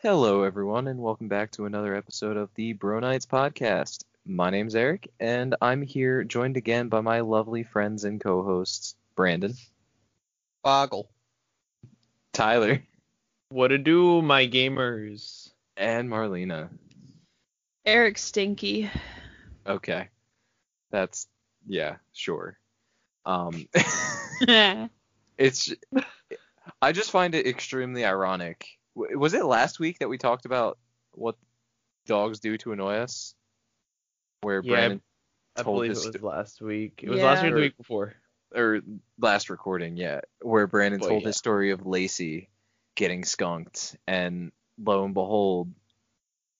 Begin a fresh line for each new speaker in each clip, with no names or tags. Hello, everyone, and welcome back to another episode of the Bro Nights podcast. My name's Eric, and I'm here joined again by my lovely friends and co-hosts Brandon,
Boggle.
Tyler,
What to do, my gamers?
and Marlena.
Eric Stinky.
Okay, that's yeah, sure. Um,
I
it's I just find it extremely ironic. W- Was it last week that we talked about what dogs do to annoy us? Where
Yeah, I
Brandon
I
told
believe it
his
was
sto-
last week. It was last
Yeah.
week or the week before.
or last recording, yeah, where Brandon
Well,
told
yeah.
his story of Lacey getting skunked, and lo and behold,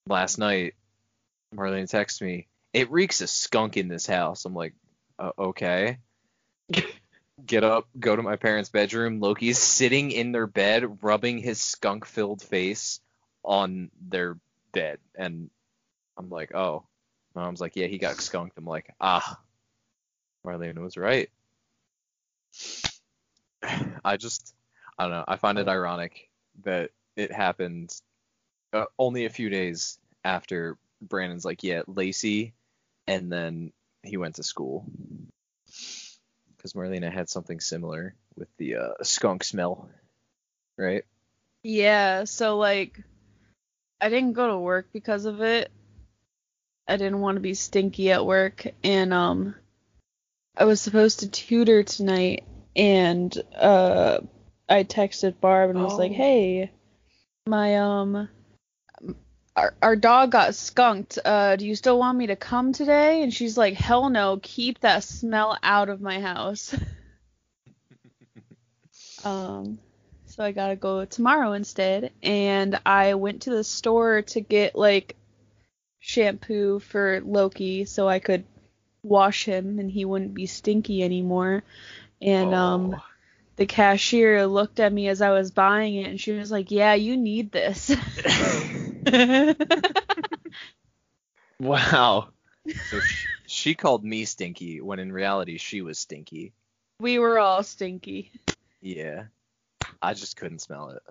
last night Marlene texted me, "It reeks of skunk in this house." I'm like, uh, "Okay." Get up, go to my parents' bedroom. Loki's sitting in their bed, rubbing his skunk-filled face on their bed, and I'm like, "Oh." Mom's like, "Yeah, he got skunked." I'm like, "Ah." Marlene was right. I just, I don't know. I find it ironic that it happened uh, only a few days after Brandon's like, yeah, Lacey, and then he went to school. Because Marlena had something similar with the uh, skunk smell, right?
Yeah, so like I didn't go to work because of it. I didn't want to be stinky at work and um I was supposed to tutor tonight and uh I texted Barb and was like,
Oh.
"Hey, my um our, our dog got skunked. Uh do you still want me to come today?" And she's like, "Hell no. Keep that smell out of my house." um so I gotta go tomorrow instead. And I went to the store to get like shampoo for Loki so I could wash him and he wouldn't be stinky anymore. And um the cashier looked at me as I was buying it and she was like, Yeah, you need this.
Wow.
So she, she called me stinky when in reality she was stinky.
we were all stinky.
Yeah. I just couldn't smell it.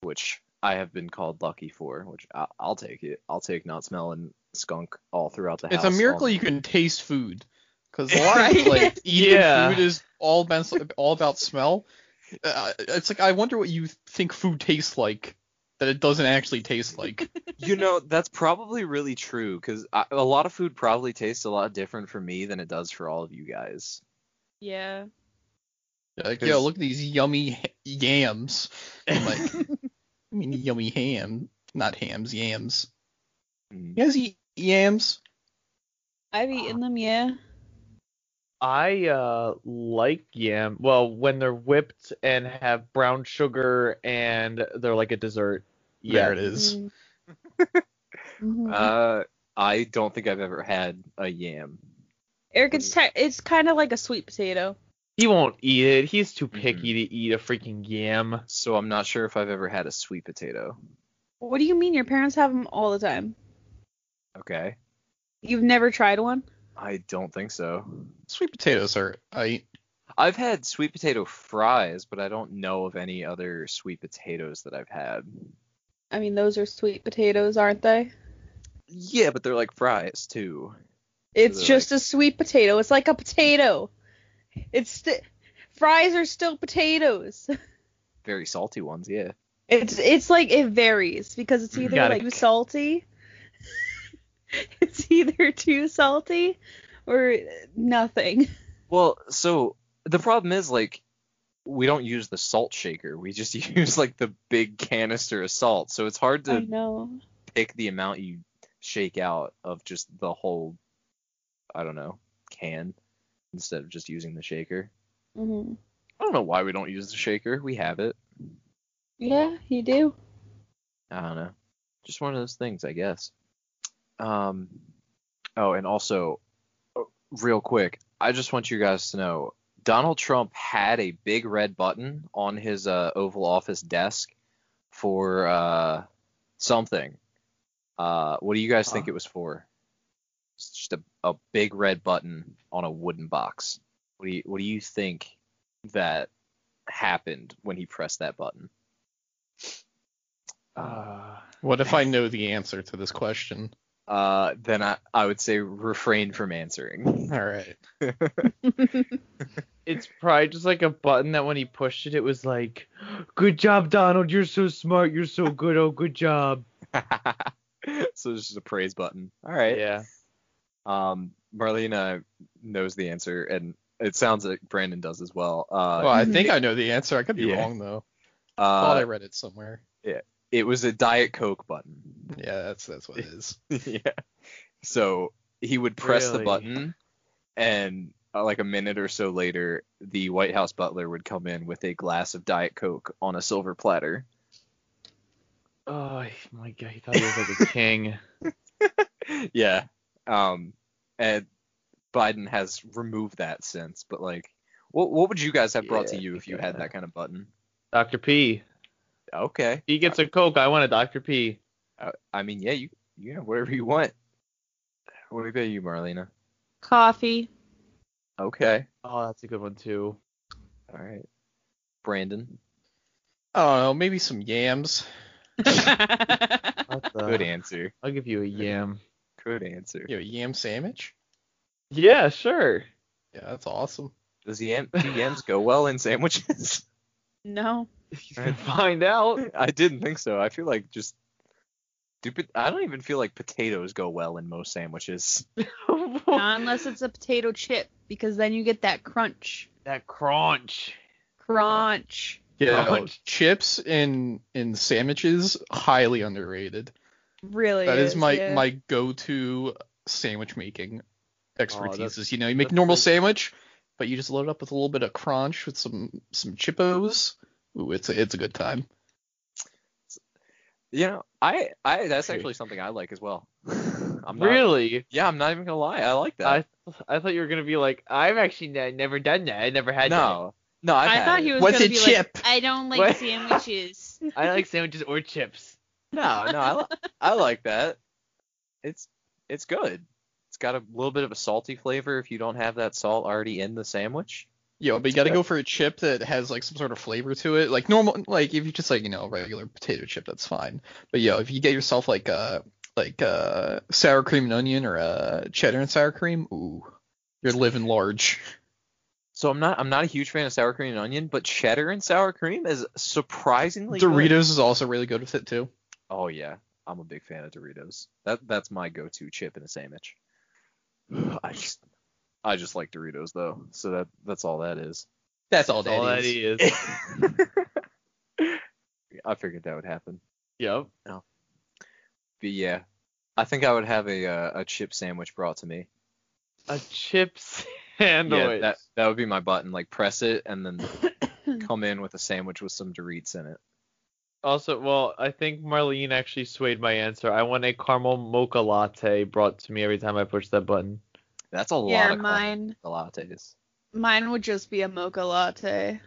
Which I have been called lucky for, which I, I'll take it. I'll take not smelling skunk all throughout the house.
It's a miracle
all-
you can taste food. Because a lot of like eating
Yeah.
food is all about all about smell. Uh, it's like I wonder what you think food tastes like that it doesn't actually taste like.
you know, that's probably really true because a lot of food probably tastes a lot different for me than it does for all of you guys.
Yeah.
like
Cause-
yo, look at these yummy ha- yams. I'm like, I mean yummy ham, not hams, yams.
Mm.
You guys eat yams?
I've eaten them, yeah.
I uh like yam. Well, when they're whipped and have brown sugar and they're like a dessert.
There
Yeah.
it is.
Mm. Mhm.
Uh, I don't think I've ever had a yam.
Eric, it's ti it's kind of like a sweet potato.
He won't eat it. He's too
Mm-hmm.
picky to eat a freaking yam.
So I'm not sure if I've ever had a sweet potato.
What do you mean your parents have them all the time?
Okay.
You've never tried one?
I don't think so.
Sweet potatoes are I
I've had sweet potato fries, but I don't know of any other sweet potatoes that I've had.
I mean, those are sweet potatoes, aren't they?
Yeah, but they're like fries too.
It's
they're
just a sweet potato. It's like a potato. It's st- fries are still potatoes.
Very salty ones, yeah.
It's it's like it varies because it's
You
either
gotta
like too
c-
salty. it's either too salty or nothing.
Well, so the problem is like we don't use the salt shaker. We just use like the big canister of salt. So it's hard to
I know.
pick the amount you shake out of just the whole I don't know, can instead of just using the shaker.
hmm
I don't know why we don't use the shaker. We have it.
Yeah, you do.
I don't know. Just one of those things, I guess. Um. Oh, and also, uh, real quick, I just want you guys to know Donald Trump had a big red button on his uh, Oval Office desk for uh, something. Uh, what do you guys think
Huh.
it was for? It's just a, a big red button on a wooden box. What do you What do you think that happened when he pressed that button? Uh,
What if I know the answer to this question?
uh, then I, I would say refrain from answering.
All right.
It's probably just like a button that when he pushed it, it was like, "Good job, Donald. You're so smart. You're so good. Oh, good job."
so it's just a praise button. All right.
Yeah.
Um, Marlena knows the answer, and it sounds like Brandon does as well. Uh,
Well, I think I know the answer. I could be
Yeah.
wrong though. I Thought I
uh,
read it somewhere.
it was a Diet Coke button.
Yeah, that's that's what it is.
yeah. So he would press the
Really?
button, and uh, like a minute or so later, the White House butler would come in with a glass of Diet Coke on a silver platter.
Oh he- my god, he thought he was like a king.
yeah. Um, and Biden has removed that since, but like, what what would you guys have brought to
Yeah,
you if you had
yeah.
that kind of button?
Dr. P.
Okay.
He gets a Coke. I want a Dr. P.
I, I mean, yeah, you you know whatever you want. What about you, Marlena?
Coffee.
Okay.
Oh, that's a good one too.
All right. Brandon,
I don't know. Maybe some yams.
What the-
good answer.
I'll give you a yam.
Good answer.
You know, yam sandwich.
Yeah, sure.
Yeah, that's awesome.
Does yam, do yams go well in sandwiches?
no.
You can find out.
I didn't think so. I feel like just stupid. I don't even feel like potatoes go well in most sandwiches.
Not unless it's a potato chip, because then you get that crunch.
that crunch.
Crunch.
Yeah,
Oh.
Uh, chips in in sandwiches highly underrated.
Really.
That is my
yeah.
my go-to sandwich making expertise.
that's-
is you know you make
that's
normal
great.
sandwich, but you just load it up with a little bit of crunch with some some chippos. Ooh, it's a, it's a good time.
You know, I I that's actually something I like as well. I'm not,
Really?
Yeah, I'm not even gonna lie. I like that.
I I thought you were gonna be like, I've actually n- never done that. I never had
no, no, I've
I
had
thought
it.
he was
What's
gonna
a
be
chip?
like, I don't like
What?
sandwiches.
that. I like sandwiches or chips.
No, no, I, li- I like that. It's it's good. It's got a little bit of a salty flavor if you don't have that salt already in the sandwich.
Yo, but you gotta go for a chip that has like some sort of flavor to it. Like normal, like if you just like you know a regular potato chip, that's fine. But yo, if you get yourself like uh like uh sour cream and onion or uh cheddar and sour cream, ooh, you're living large.
So I'm not I'm not a huge fan of sour cream and onion, but cheddar and sour cream is surprisingly good.
Doritos is also really good with it too.
Oh yeah, I'm a big fan of Doritos. That that's my go-to chip in a sandwich. I just I just like Doritos though, so that that's all that is.
That's all
That's all that
that is.
is.
I figured that would happen.
yep.
But yeah, I think I would have a uh, a chip sandwich brought to me.
A chip sandwich.
Yeah, that that would be my button. Like press it and then come in with a sandwich with some Doritos in it.
Also, well, I think Marlene actually swayed my answer. I want a caramel mocha latte brought to me every time I push that button.
That's a lot
yeah,
of mine.
mine.
lattes.
Mine would just be a mocha latte.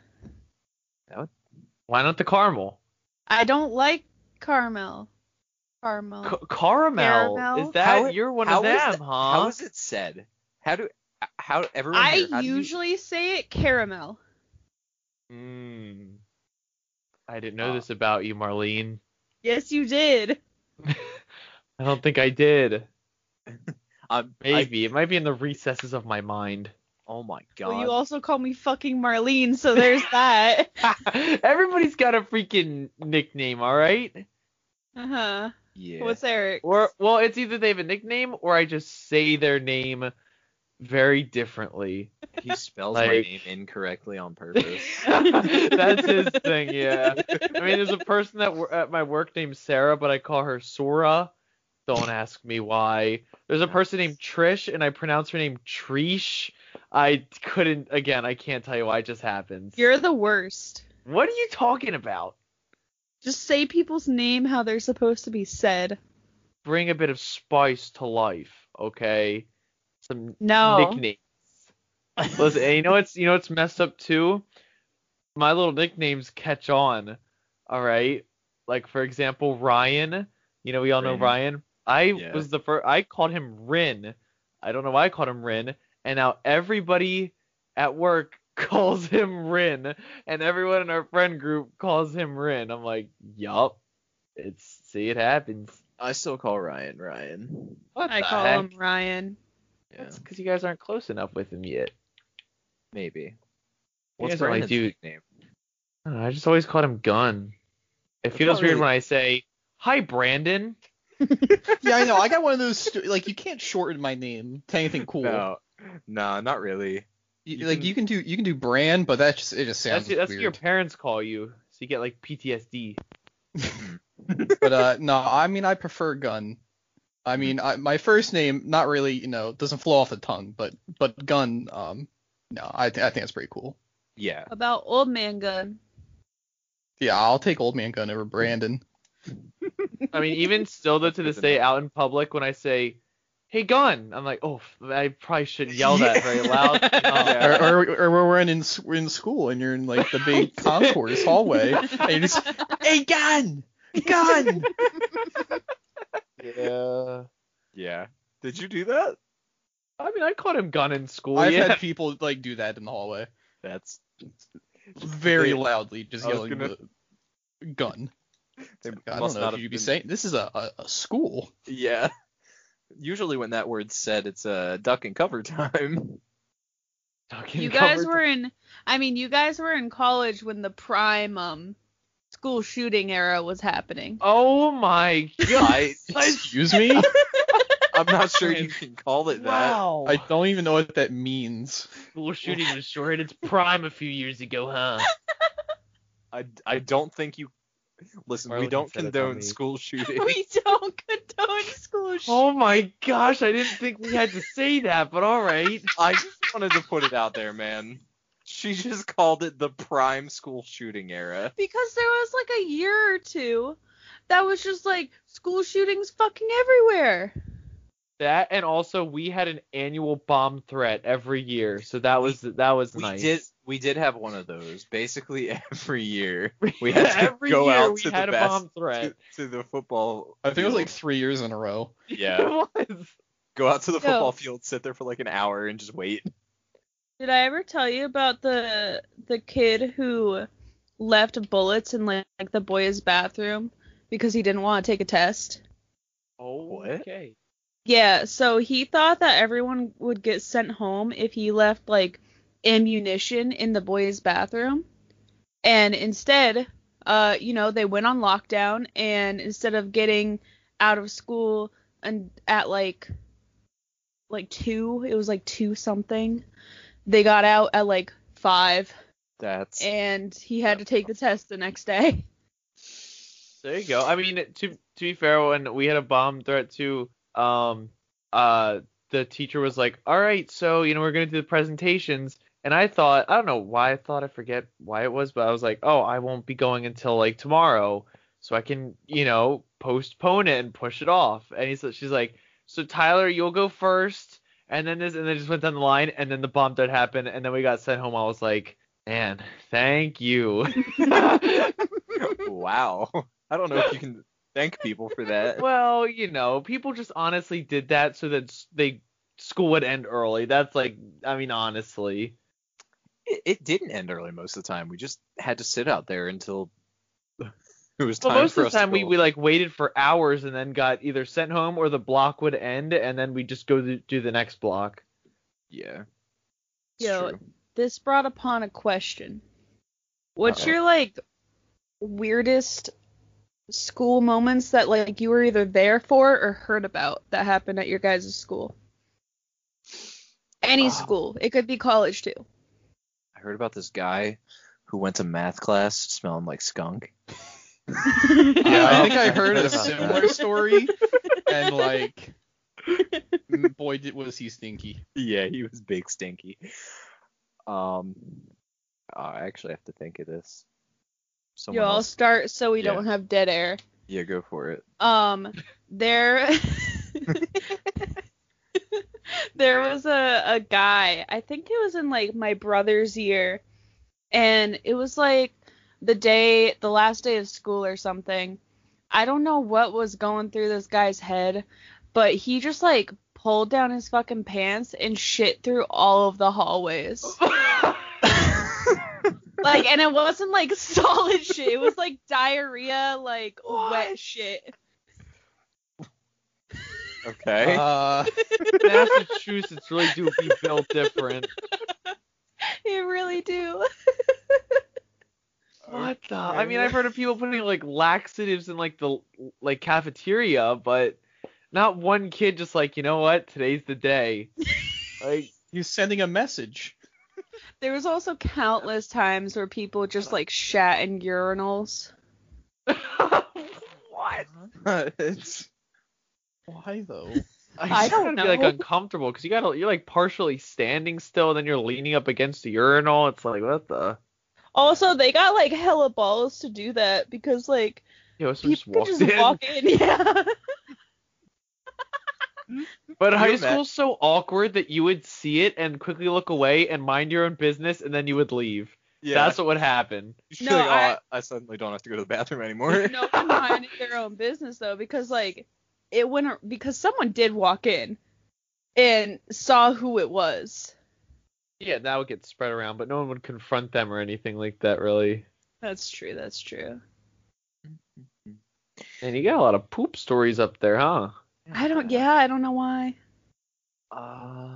Why not the caramel?
I don't like caramel. Caramel.
C- Um, caramel.
Caramel?
Is that
How-
you're one
how
of
is
them,
that-
huh?
How is it said? How do how everyone?
I
here, how do you-
usually say it caramel.
Mm. I didn't know
Uh,
this about you, Marlene.
Yes, you did.
I don't think I did.
I'm- I-
Maybe it might be in the recesses of my mind.
oh my god.
Well, you also call me fucking Marlene, so there's that.
Everybody's got a freaking nickname, all right?
Uh huh.
yeah.
What's Eric?
Or well, it's either they have a nickname or I just say their name very differently.
He spells my
Like-
name incorrectly on purpose.
That's his thing, yeah. I mean, there's a person that wor- at my work named Sarah, but I call her Sora. Don't ask me why. There's a person named Trish, and I pronounce her name Trish. I couldn't, again, I can't tell you why. It just happens.
You're the worst.
What are you talking about?
Just say people's name how they're supposed to be said.
Bring a bit of spice to life, okay? Some
No.
nicknames. Listen, and you know what's you know what's messed up too? My little nicknames catch on. All right. Like for example, Ryan. You know we all
Rin.
know Ryan. I
Yeah.
was the first. I called him Rin. I don't know why I called him Rin. And now everybody at work calls him Rin, and everyone in our friend group calls him Rin. I'm like, yup. It's see, it happens.
I still call Ryan Ryan.
What
I
the
call
heck?
him Ryan.
Yeah,
That's because you guys aren't close enough with him yet.
maybe.
guys are like, dude-
name?
I, don't know, I just always called him Gun. It feels
not
weird
really-
when I say, "Hi, Brandon."
yeah, I know. I got one of those. Stu- like you can't shorten my name to anything cool.
No, no, not really.
You-
you
like
can-
you can do you can do brand, but that just it just sounds
That's, that's what your
weird.
parents call you, so you get like PTSD.
but uh, no, I mean I prefer gun. I
Mm-hmm.
mean I, my first name not really you know doesn't flow off the tongue, but but gun um no I th- I think that's pretty cool.
Yeah.
About old man gun.
Yeah, I'll take old man gun over Brandon.
I mean, even still though, to this day, out in public, when I say, "Hey, Gun," I'm like, "Oh, f- I probably shouldn't yell that very loud." Um,
Or, or, or we're in in s- we're in school and you're in like the big concourse hallway and you're just hey gun gun
yeah.
Yeah. Did you do that?
I mean, I called him Gun in school.
I've
yeah.
had people like do that in the hallway
That's
very
They-
loudly, just
I was
yelling
gonna-
the gun.
they
I
must
don't know
not
if
have
you'd be
been-
saying this is a, a, a school.
Yeah. Usually when that word's said, it's a uh, duck and cover time.
Fucking
You guys
covered-
were in. I mean, you guys were in college when the prime um school shooting era was happening.
Oh my god.
I,
Excuse me?
I'm not sure you can call it that.
wow.
I don't even know what that means.
School shooting was sure in its prime a few years ago, huh?
I, I don't think you. Listen, we
Marlon
don't
said it's on
condone
me.
school shootings.
we don't condone school shooting.
Oh my gosh, I didn't think we had to say that, but all right.
I just wanted to put it out there, man. She just called it the prime school shooting era.
because there was like a year or two that was just like school shootings fucking everywhere.
That and also we had an annual bomb threat every year, so that was that was
We
nice.
did we did have one of those basically every year. We had to
every
go
year
out
we
to the
had a
bas-
bomb
To,
threat.
to the football.
I think it was like
field.
three years in a row.
yeah.
It was.
Go out to the
No.
football field, sit there for like an hour, and just wait.
Did I ever tell you about the the kid who left bullets in like, like the boys' bathroom because he didn't want to take a test?
Oh,
What?
okay.
Yeah, so he thought that everyone would get sent home if he left like ammunition in the boys' bathroom. And instead, uh, you know, they went on lockdown and instead of getting out of school and at like like 2, it was like 2 something, they got out at like 5
That's
and he had to take the test the next day.
There you go. I mean, to to be fair, when we had a bomb threat too, um, uh, the teacher was like, "All right, so you know we're gonna do the presentations," and I thought, I don't know why I thought I forget why it was, but I was like, "Oh, I won't be going until like tomorrow, so I can you know postpone it and push it off." And he's she's like, "So Tyler, you'll go first, and then this, and then just went down the line, and then the bomb threat happened, and then we got sent home. I was like, "Man, thank you."
wow. I don't know if you can thank people for that.
well, you know, people just honestly did that so that s- they school would end early. That's like, I mean, honestly,
It, it didn't end early most of the time. We just had to sit out there until it was time
well, most
for
of the
us to
time we,
go.
we like waited for hours and then got either sent home or the block would end and then we just go to do the next block.
Yeah. It's
Yo,
true.
this brought upon a question. What's
Uh-oh.
your like weirdest school moments that like you were either there for or heard about that happened at your guys' school? Any
Um,
school. It could be college too.
I heard about this guy who went to math class smelling like skunk.
Yeah, I think I heard a
about that.
similar story, and like, m- boy, did, was he stinky.
Yeah, he was big stinky. Um, I actually have to think of this. Someone
Yo, I'll
else.
start so we
Yeah.
don't have dead air.
Yeah, go for it.
Um there there was a, a guy, I think it was in like my brother's year, and it was like the day the last day of school or something. I don't know what was going through this guy's head, but he just like pulled down his fucking pants and shit through all of the hallways. Like, and it wasn't like solid shit. It was like diarrhea, like wet shit.
Okay.
Uh,
Massachusetts really do be built different.
It really do.
What the? I mean, I've heard of people putting like laxatives in like the like cafeteria, but not one kid just like, you know what? Today's the day. Like,
he's sending a message.
There was also countless times where people just like shat in urinals.
what?
it's why though?
I don't
Be like
know.
uncomfortable because you gotta you're like partially standing still, and then you're leaning up against the urinal. It's like what the?
Also, they got like hella balls to do that because like
You know, so just
people
walked
just
in.
walk in. Yeah.
But high
You're mad.
school's so awkward that you would see it and quickly look away and mind your own business, and then you would leave. That's what would happen.
You
No,
like,
I-
oh, I, I suddenly don't have to go to the bathroom anymore.
no one minded their own business though because like it wouldn't because someone did walk in and saw who it was
Yeah, that would get spread around, but no one would confront them or anything like that, really.
that's true that's true
And you got a lot of poop stories up there, huh?
i don't yeah i don't know why
Uh,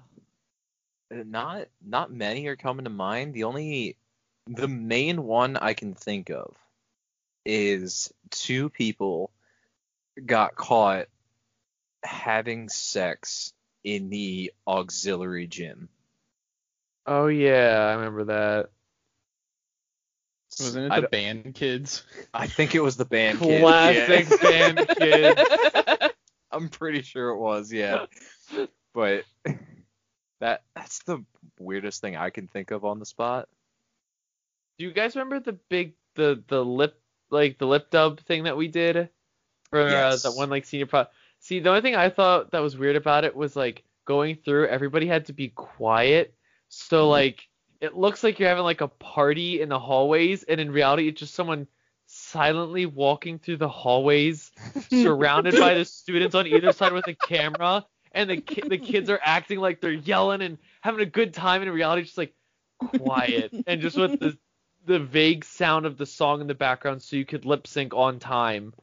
not not many are coming to mind. The only the main one I can think of is two people got caught having sex in the auxiliary gym.
Oh yeah, I remember that.
Wasn't it
I,
the
don't-
band kids?
I think it was the band kid.
Classic
Yeah.
band kid.
I'm pretty sure it was, yeah. but that that's the weirdest thing I can think of on the spot.
Do you guys remember the big the the lip like the lip dub thing that we did for
Yes.
uh, that one like senior pro? See, the only thing I thought that was weird about it was like going through. Everybody had to be quiet, so like it looks like you're having like a party in the hallways, and in reality, it's just someone silently walking through the hallways, surrounded by the students on either side with a camera, and the ki- the kids are acting like they're yelling and having a good time, and in reality, just like quiet and just with the the vague sound of the song in the background so you could lip sync on time.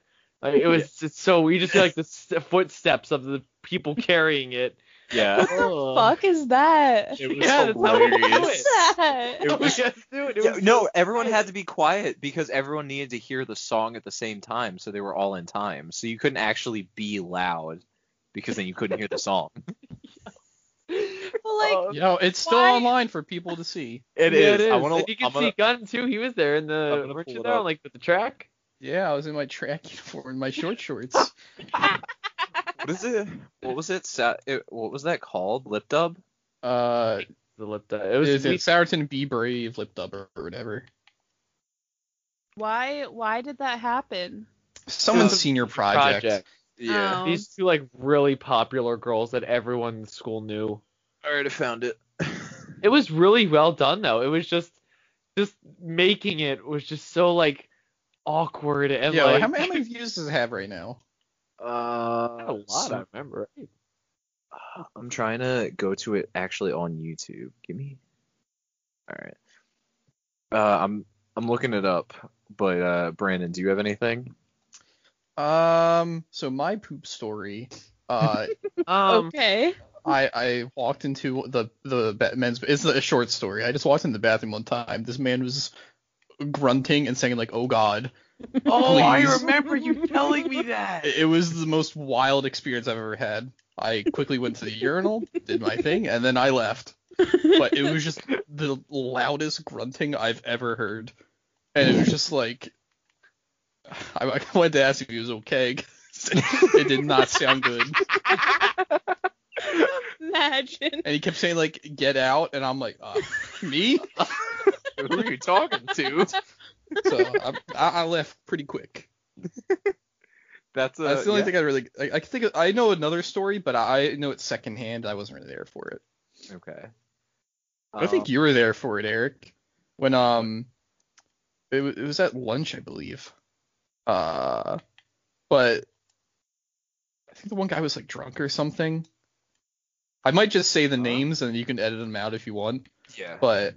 Like, it was just so you just hear like the st- footsteps of the people carrying it. Oh.
Yeah.
what
Uh,
the fuck is that
It was
Yeah, that's how we do
hilarious.
What's that?
It was-
Yes, dude, it
Yeah,
was
no, everyone had to be quiet because everyone needed to hear the song at the same time, so they were all in time. So you couldn't actually be loud because then you couldn't hear the song.
Well, like
Oh,
Yo, it's still
Why-
online for people to see.
uh, It
yeah,
is.
It is.
I want
And
to.
you can see Gun too. He was there in
I'm
the
gonna
weren't
pull
you
it
there
up.
on like the track?
Yeah, I was in my track uniform, and my short shorts.
What is it? What was it? Sa- it? What was that called? Lip dub?
Uh,
The lip dub. It
it
was
was
we-
it Sourton Be Brave lip dub or whatever?
why why did that happen
Someone's
Uh,
senior project.
project.
Yeah. Oh.
These two like really popular girls that everyone in school knew.
All right, I found it.
It was really well done though. It was just just making it was just so like awkward and
Yo,
like
how, many, how many views does it have right now?
Uh,
a lot I remember.
I'm trying to go to it actually on YouTube. Give me. All right. Uh, I'm I'm looking it up, but uh, Brandon, do you have anything?
Um, so my poop story. Uh,
Um
okay
I I walked into the the ba- men's. It's a short story. I just walked in the bathroom one time. This man was grunting and saying like, "Oh God."
Oh, I
Please.
remember you telling me that.
It, it was the most wild experience I've ever had. I quickly went to the urinal, did my thing, and then I left. But it was just the loudest grunting I've ever heard, and it was just like I, I wanted to ask if he was okay. 'cause it did not sound good.
imagine
And he kept saying like, "Get out," and I'm like, uh, "Me?"
Who are you talking to?
So I, I I left pretty quick.
That's, uh,
That's the only
yeah.
thing I really. I, I can think of, I know another story, but I know it secondhand. I wasn't really there for it.
Okay.
I
Um, Oh.
think you were there for it, Eric. When um, it, wa- it was at lunch, I believe. Uh, but I think the one guy was like drunk or something. I might just say the
Huh?
names and you can edit them out if you want.
Yeah.
But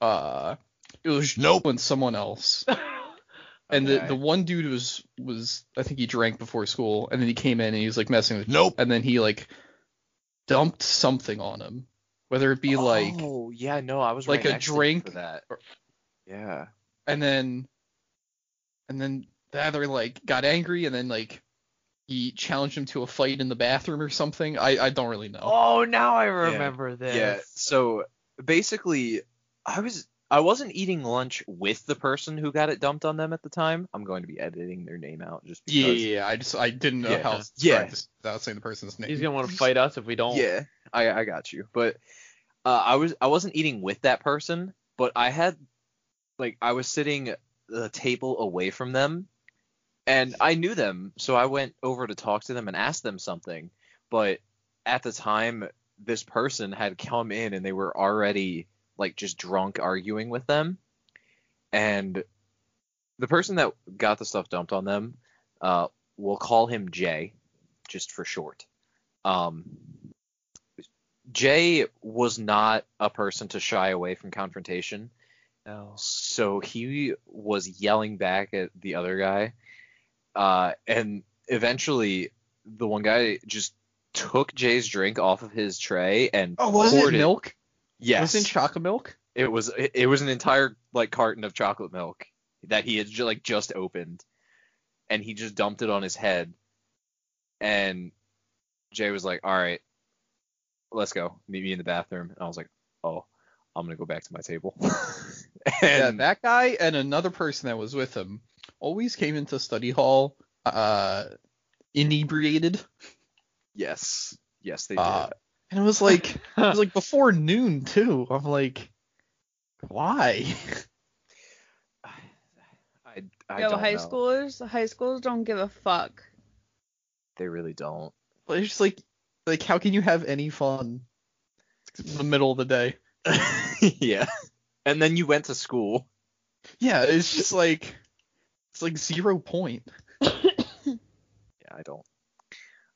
uh, It was
Nope.
when someone else. And
Okay.
the, the one dude was was I think he drank before school, and then he came in and he was like messing with,
Nope.
and then he like dumped something on him, whether it be like,
oh yeah no i was
like
right
a
next to you
drink
for that
or-
yeah
and then, and then the other like got angry, and then like he challenged him to a fight in the bathroom or something. I I don't really know.
Oh, now I remember this.
yeah so basically i was i wasn't eating lunch with the person who got it dumped on them at the time i'm going to be editing their name out just because
yeah, yeah, yeah, I just I didn't know
Yeah.
how. to
Yeah.
describe this Without saying the person's name.
He's gonna want to fight us if we don't.
Yeah, I, I got you. But uh, I was I wasn't eating with that person, but I had like I was sitting the table away from them, and I knew them, so I went over to talk to them and ask them something. But at the time, this person had come in and they were already like just drunk arguing with them, and the person that got the stuff dumped on them, uh, we'll call him Jay, just for short. Um, Jay was not a person to shy away from confrontation,
No.
so he was yelling back at the other guy, uh, and eventually the one guy just took Jay's drink off of his tray and
Oh, was it
poured it.
milk?
Yes,
Was it chocolate milk?
it was it, it was an entire like carton of chocolate milk that he had ju- like just opened, and he just dumped it on his head, and Jay was like, "All right, let's go. Meet me in the bathroom." And I was like, "Oh, I'm gonna go back to my table."
yeah,
and
that guy and another person that was with him always came into study hall uh inebriated.
yes, yes, they did.
Uh, and it was like it was like before noon too. I'm like why?
I, I
Yo,
don't
high
know.
schoolers, high schools don't give a fuck.
They really don't.
But It's just like like how can you have any fun in the middle of the day?
yeah. And then you went to school.
Yeah, it's just like it's like zero point.
Yeah, I don't.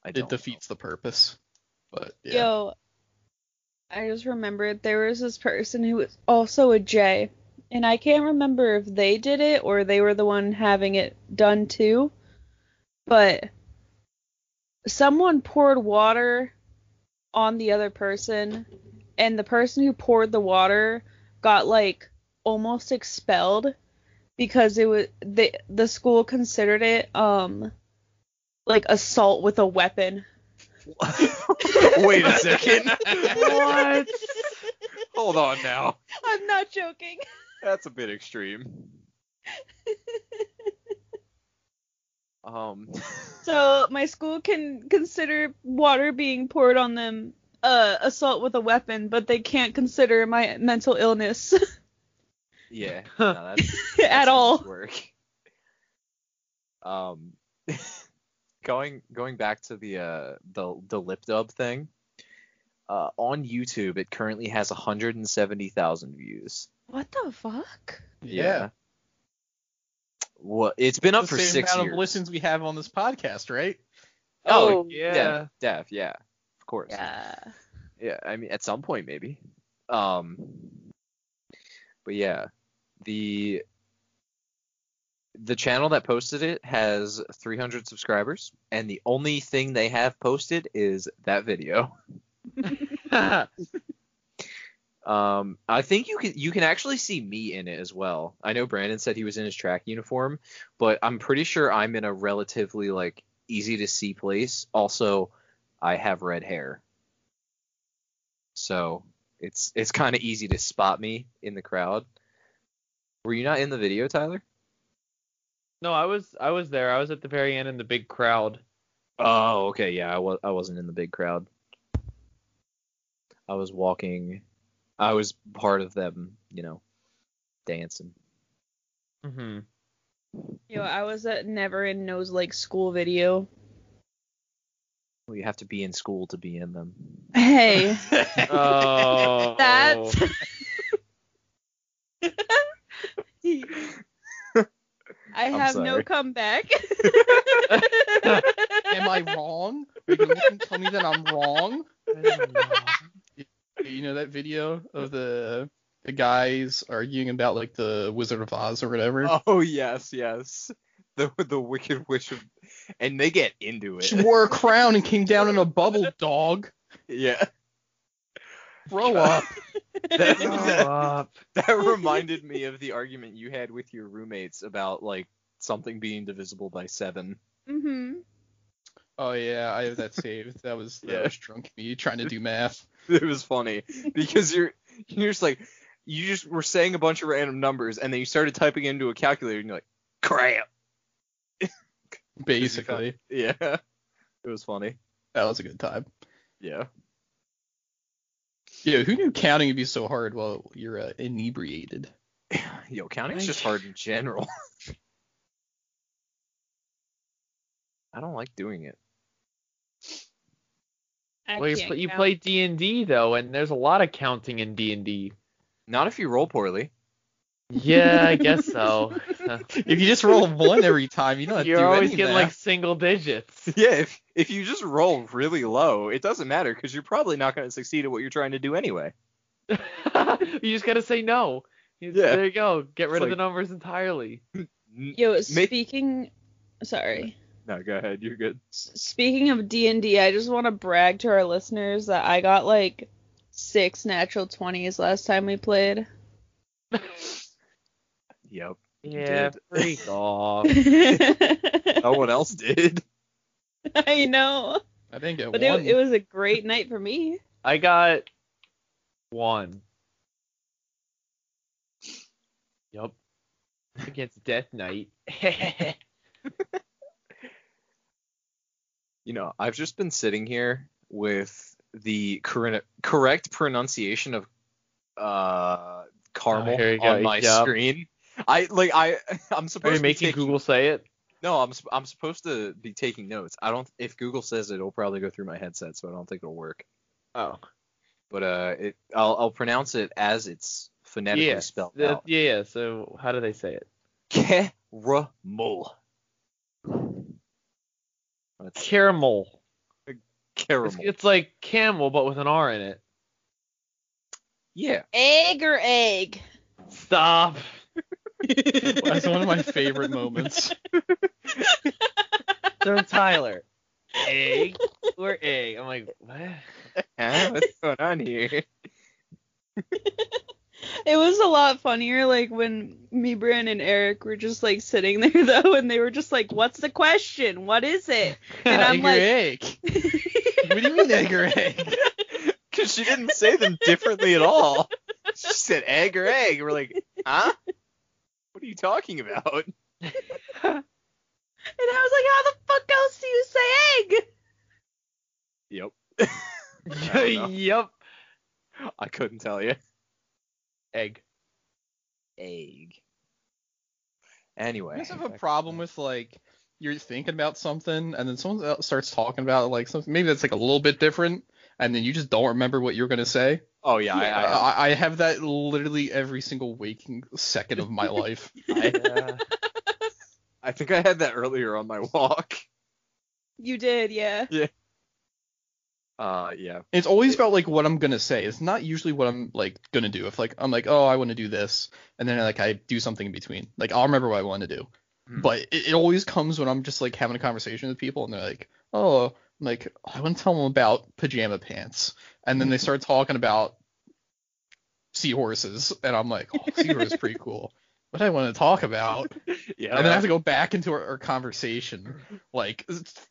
I don't
It
know.
defeats the purpose. But yeah.
Yo, I just remembered there was this person who was also a J, and I can't remember if they did it or they were the one having it done too, but someone poured water on the other person, and the person who poured the water got like almost expelled because it was the the school considered it um like assault with a weapon.
Wait a second.
what?
Hold on now.
I'm not joking.
That's a bit extreme. Um,
So my school can consider water being poured on them uh, assault with a weapon, but they can't consider my mental illness
yeah, no, that's,
at
that's
all.
nice Work. Um, going going back to the uh the the lip dub thing. Uh, on YouTube, it currently has 170,000 views.
What the fuck?
Well, it's been up
the
for
same
six
amount
years.
of listens we have on this podcast, right?
Oh,
Oh,
yeah.
yeah, Dev, yeah, of course.
Yeah.
yeah i mean at some point maybe um but yeah the the channel that posted it has 300 subscribers and the only thing they have posted is that video um i think you can you can actually see me in it as well i know brandon said he was in his track uniform but i'm pretty sure i'm in a relatively like easy to see place also i have red hair so it's it's kind of easy to spot me in the crowd were you not in the video tyler
no, I was I was there. I was at the very end in the big crowd.
oh okay yeah i, was I wasn't in the big crowd i was walking i was part of them you know dancing
Mm-hmm.
Yo, I was at never in nose like school video.
Well, you have to be in school to be in them.
Hey,
Oh.
that's I
I'm
have no
sorry.
comeback.
Am I wrong? Are you looking to tell me that I'm wrong? You know that video of the the guys arguing about like the Wizard of Oz or whatever.
Oh yes, yes. The the wicked wish of, and they get into it.
She wore a crown and came down in a bubble, dog.
Yeah.
Grow up.
That,
Grow
that,
up.
that reminded me of the argument you had with your roommates about like something being divisible by seven.
Mm-hmm.
Oh yeah, I have that saved. That was that
Yeah.
was drunk me trying to do math.
It was funny because you're you're just like you just were saying a bunch of random numbers and then you started typing into a calculator and you're like crap.
Basically,
Yeah. It was funny.
that was a good time.
Yeah.
Yeah, who knew counting would be so hard while you're uh, inebriated?
Yo, counting's
Like-
just hard in general. I don't like doing it.
Well, you, pl- you play D and D though, and there's a lot of counting in D and D.
Not if you roll poorly.
Yeah, I guess so.
If you just roll one every time, you don't have to
You're
do
always
any
getting like
math.
single digits.
Yeah, if if you just roll really low, it doesn't matter because you're probably not going to succeed at what you're trying to do anyway.
you just gotta say no. You-
Yeah.
There you go. Get rid
It's
of the numbers entirely.
N-
Yo,
Make-
speaking. Sorry.
no, go ahead. You're good.
S- Speaking of D and I just want to brag to our listeners that I got like six natural twenties last time we played.
Yep.
Yeah,
Dude.
freak
Oh.
off.
I
No one else did.
know,
I didn't get
but
one.
it, it was a great night for me.
I got one. Yep. Against Death Knight.
You know, I've just been sitting here with the correct correct pronunciation of uh caramel
Oh, here you go.
on my
Yup.
screen. I like I I'm
Are
supposed
you
to
making
take-
Google say it?
No, I'm sup- I'm supposed to be taking notes. I don't. If Google says it, it'll probably go through my headset, so I don't think it'll work.
Oh.
But uh, it I'll I'll pronounce it as it's phonetically
Yeah.
spelled
Yeah,
out.
yeah, so how do they say it?
Caramel. That's
Caramel. It's,
caramel.
it's like camel but with an R in it.
Yeah.
Egg or egg?
Stop.
That's one of my favorite moments.
So Tyler. Egg or egg? I'm like, what?
Huh? What's going on here?
It was a lot funnier, like when Mibran and Eric were just like sitting there though, and they were just like, "What's the question? What is it?" And I'm
egg
like-
or egg? what do you mean egg or egg?
Because she didn't say them differently at all. She said egg or egg. We're like, huh? What are you talking about?
And I was like, "How the fuck else do you say egg?"
Yep. don't know.
yep.
I couldn't tell you.
Egg.
egg. Anyway,
I just have a problem with like you're thinking about something and then someone else starts talking about like something maybe that's like a little bit different and then you just don't remember what you're gonna say.
oh yeah, I-
I, I, I have that literally every single waking second of my life.
I, I, I think I had that earlier on my walk.
You did, yeah.
Uh, yeah,
It's always about like what I'm gonna say. It's not usually what I'm like gonna do. If like I'm like oh I want to do this and then like I do something in between. Like I'll remember what I want to do.
Hmm.
But it, it always comes when I'm just like having a conversation with people and they're like oh I'm like I want to tell them about pajama pants and then they start talking about seahorses and I'm like oh seahorse is pretty cool. What do I want to talk about?
yeah.
and then I have to go back into our, our conversation like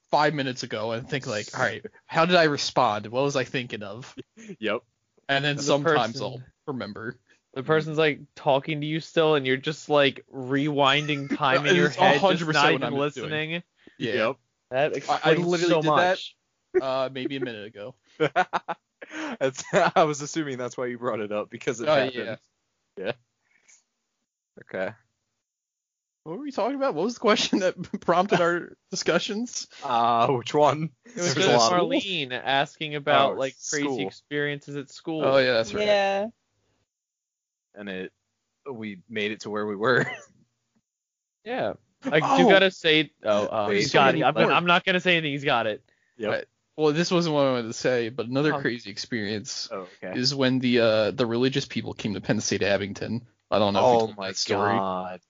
five minutes ago and think like, all right, how did I respond? What was I thinking of?
yep.
And then
The
sometimes
person-
I'll remember.
The person's like talking to you still, and you're just like rewinding time in your
It's
head, just not
100% what I'm
even
doing.
listening.
Yeah.
That
I
explains
literally
so
did that.
much.
Uh, maybe a minute ago.
That's, I was assuming that's why you brought it up because it
Oh,
happened.
yeah.
Okay.
What were we talking about? What was the question that prompted our discussions?
Uh, which one?
It was
There's
just
a lot.
Marlene asking about
Oh,
like crazy
school.
experiences at school.
Oh yeah, that's right.
Yeah.
and it we made it to where we were.
Yeah. I
Oh!
do gotta say. Oh, uh,
There's
he's
so
got it.
many
I'm, gonna-
more.
I'm not gonna say anything. He's got it.
Yep.
Well, this wasn't what I wanted to say, but another
Oh.
crazy experience
Oh, okay.
is when the uh, the religious people came to Penn State Abington. I don't know. if we
Oh
told
my
that story.
god.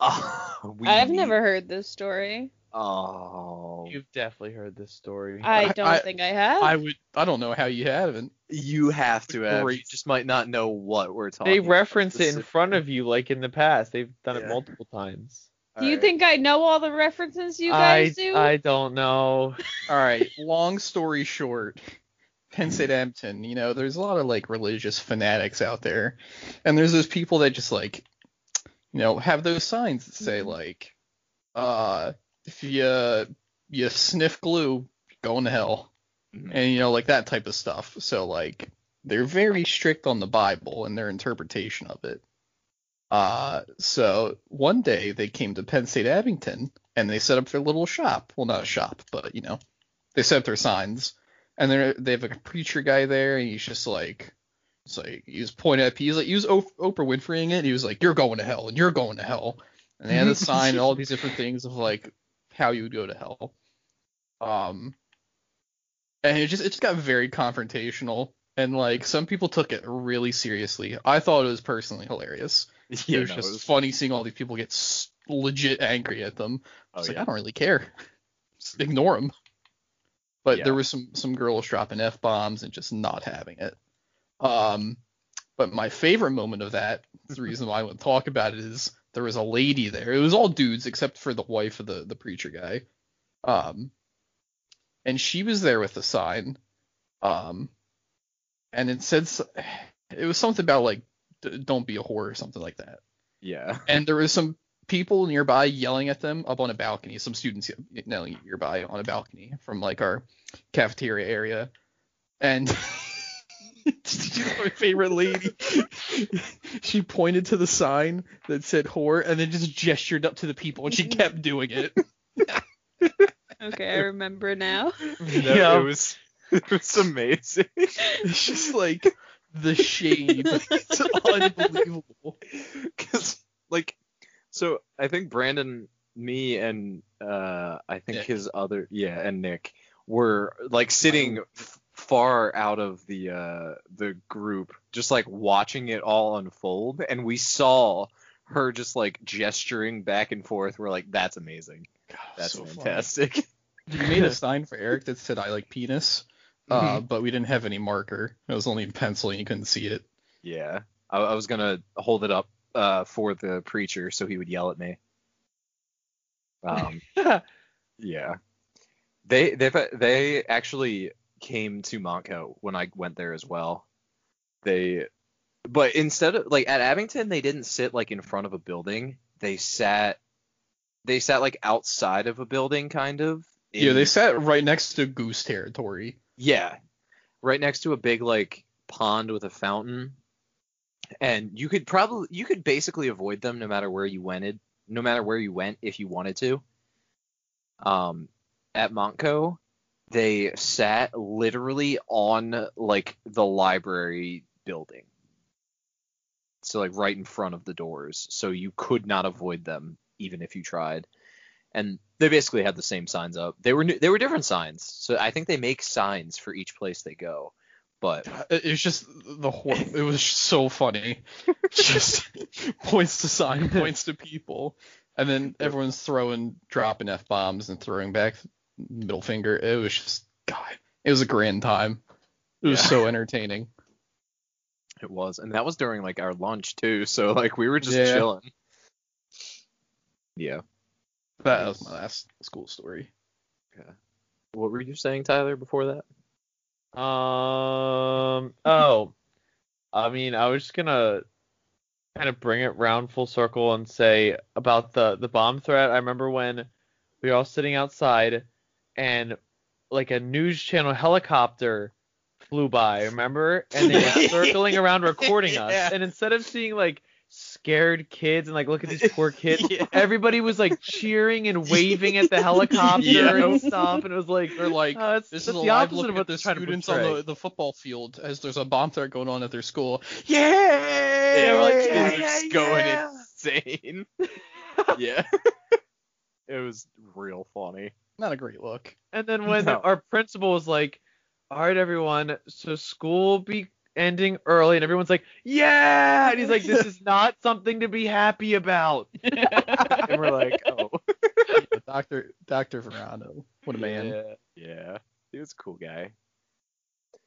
Oh, we
I've
need-
never heard this story.
Oh,
You've definitely heard this story.
I don't
I-
think I have.
I would. I don't know how you haven't.
you have to have. You
Great.
just might not know what we're talking.
they
about
reference it in
specifically.
front of you, like in the past. They've done
Yeah.
it multiple times.
do you
Alright.
think I know all the references you guys
I,
do?
I don't know.
All right. Long story short, Penn State Abington. You know, there's a lot of like religious fanatics out there, and there's those people that just like, you know, have those signs that say like, uh, if you you sniff glue, going to hell,
Mhm.
and you know, like that type of stuff. So like, they're very strict on the Bible and their interpretation of it. Uh, so one day they came to Penn State Abington and they set up their little shop. Well, not a shop, but you know, they set up their signs. And they they have a preacher guy there, and he's just like, it's like he was pointing at he's like he was o- Oprah Winfreying it. He was like, "You're going to hell, and you're going to hell." And they had a sign and all these different things of like how you would go to hell. Um, and it just it just got very confrontational, and like some people took it really seriously. I thought it was personally hilarious
Yeah,
it was
no,
just
it was-
funny seeing all these people get s- legit angry at them. I
oh,
was like,
yeah.
I don't really care. Just ignore them. But
Yeah.
there was some some girls dropping f bombs and just not having it. Um, but my favorite moment of that, the reason why I would talk about it is there was a lady there. It was all dudes except for the wife of the the preacher guy. Um, and she was there with a sign. Um, and it said s- it was something about like d- don't be a whore or something like that
yeah.
and there was some people nearby yelling at them up on a balcony. Some students yelling nearby on a balcony from like our cafeteria area, and she's my favorite lady. she pointed to the sign that said "whore" and then just gestured up to the people, and she kept doing it.
okay, I remember now.
No,
Yeah.
It was. It was amazing.
It's just like the shade. Like, it's unbelievable.
Because, like, so I think Brandon, me, and uh, I think
Nick.
his other, yeah, and Nick were like sitting f- far out of the uh, the group, just like watching it all unfold, and we saw her just like gesturing back and forth. We're like, that's amazing. That's
So funny.
fantastic.
We made a sign for Eric that said "I like penis," uh, but we didn't have any marker. It was only in pencil, and you couldn't see it.
Yeah, I, I was gonna hold it up uh, for the preacher so he would yell at me. Um, yeah, they they they actually came to Monco when I went there as well. They, but instead of like at Abington, they didn't sit like in front of a building. They sat, they sat like outside of a building, kind of.
Yeah,
in-
they sat right next to goose territory.
yeah. Right next to a big like pond with a fountain. And you could probably you could basically avoid them no matter where you went no matter where you went if you wanted to. Um at Montco, they sat literally on like the library building. So like right in front of the doors. So you could not avoid them even if you tried and they basically had the same signs up. They were new, they were different signs, so I think they make signs for each place they go. But
Uh, It, it was just the whole. It was so funny. just points to sign, points to people, and then everyone's throwing, dropping f bombs and throwing back middle finger. It was just God. It was a grand time. It was
Yeah.
so entertaining.
it was, and that was during like our lunch too, so like we were just
Yeah.
chilling. Yeah.
That was my last school story.
What were you saying, Tyler, before that?
Um. Oh. I mean, I was just gonna kind of bring it round full circle and say about the the bomb threat. I remember when we were all sitting outside and like a news channel helicopter flew by. Remember? And they were circling around recording us.
Yeah.
And instead of seeing like scared kids and like look at these poor kids, everybody was like cheering and waving at the helicopter
Yeah.
and stuff. And it was like.
They're like,
Oh, it's,
This
that's
is
the
a live
opposite of
look at
what
the
they're trying to
students on
portray.
the, the football field as there's a bomb threat going on at their school. Yeah,
Yeah,
we're like,
kids
yeah,
were just going insane. yeah. It was real funny.
Not a great look.
And then when
No.
our principal was like, "All right, everyone, so school will be ending early," and everyone's like, "Yeah!" And he's like, "This is not something to be happy about." and we're like, "Oh,
But Doctor Doctor Verano, what a man!
Yeah.
Yeah. He was a cool guy.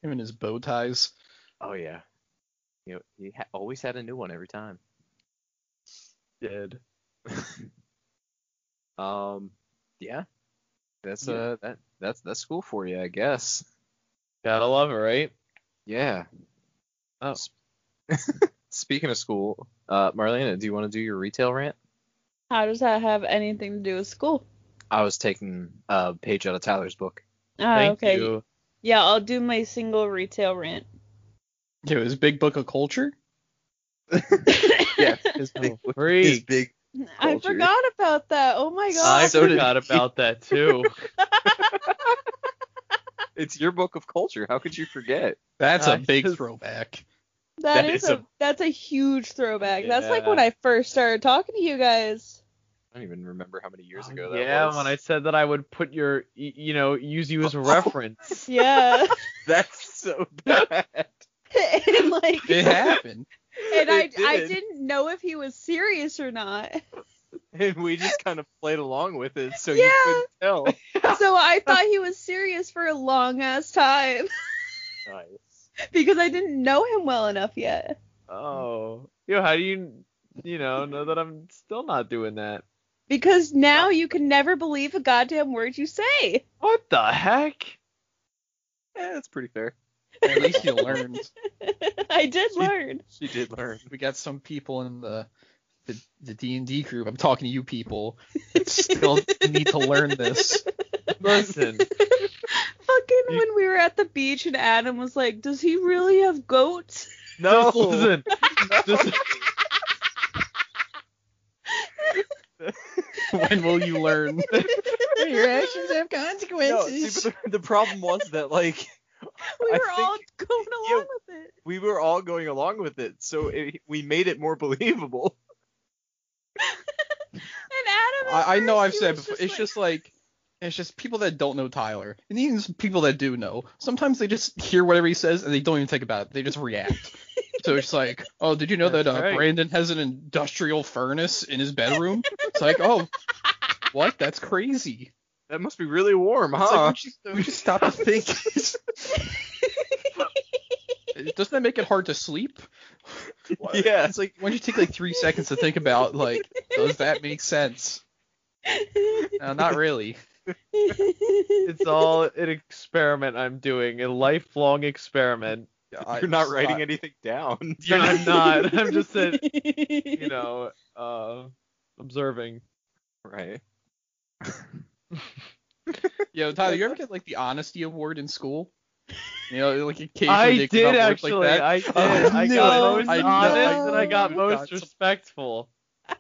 Him and his bow ties.
Oh yeah. You know, he ha- always had a new one every time.
Did
Um, yeah. That's
Yeah.
uh that that's that's school for you, I guess.
gotta love it, right?
Yeah.
Oh.
S- Speaking of school, uh, Marlena, do you want to do your retail rant?
How does that have anything to do with school?
I was taking a page out of Tyler's book.
Oh,
Thank
okay.
you.
Yeah, I'll do my single retail rant.
Yeah, his big book of culture.
Yeah.
His
Oh,
big,
Freak.
big.
I
Culture.
forgot about that. Oh my
I
god.
So did
forgot
he.
about that too.
It's your book of culture. How could you forget?
that's a
I
big
just-
throwback.
that
that
is,
is
a, that's a huge throwback. That's like
Yeah.
when I first started talking to you guys.
I don't even remember how many years
Oh,
ago that
yeah,
was.
when I said that I would put your, y- you know, use you as a reference.
Yeah.
That's so bad.
and like
It happened.
and I
It
I
did.
didn't know if he was serious or not.
and we just kind of played along with it, so
Yeah.
you couldn't tell.
So I thought he was serious for a long ass time
Nice.
because I didn't know him well enough yet.
Oh, yo, how do you, you know, know that I'm still not doing that?
Because now you can never believe a goddamn word you say.
What the heck?
Yeah, that's pretty fair.
At least you learned.
I did learn.
She did learn.
We got some people in the the the D and D group. I'm talking to you people. that Still need to learn this.
Listen,
Fucking
You-
when we were at the beach and Adam was like, "Does he really have goats?"
No.
just listen. Just,
When will you learn? Your actions have
No, see,
consequences.
but the, the problem was that like
We
I
were all going
yeah.
along with it.
we were all going along with it, so it, we made it more believable.
And Adam. at
I, I know
first,
I've
he
said
was
before.
just
It's just like it's just people that don't know Tyler, and even some people that do know. Sometimes they just hear whatever he says and they don't even think about it. They just react. so it's like, oh, did you know
That's
that uh,
right.
Brandon has an industrial furnace in his bedroom? it's like, oh, what? That's crazy.
That must be really warm,
It's
huh?
Uh-huh.
like, we, should, we should stop to think. Doesn't that make it hard to sleep? What?
Yeah.
It's like, why don't you take like three seconds to think about like, does that make sense? No, not really.
it's all an experiment I'm doing, a lifelong experiment.
I-
You're not writing
I-
anything down.
And I'm not. I'm just a, you know, uh, observing.
Right.
Yo, Tyler, you ever get like the honesty award in school? You know, like occasionally
I
they give out
did
awards
actually.
Like that.
I did.
Oh,
I got
no.
most
I know.
honest and I got
You got
most
some-
respectful.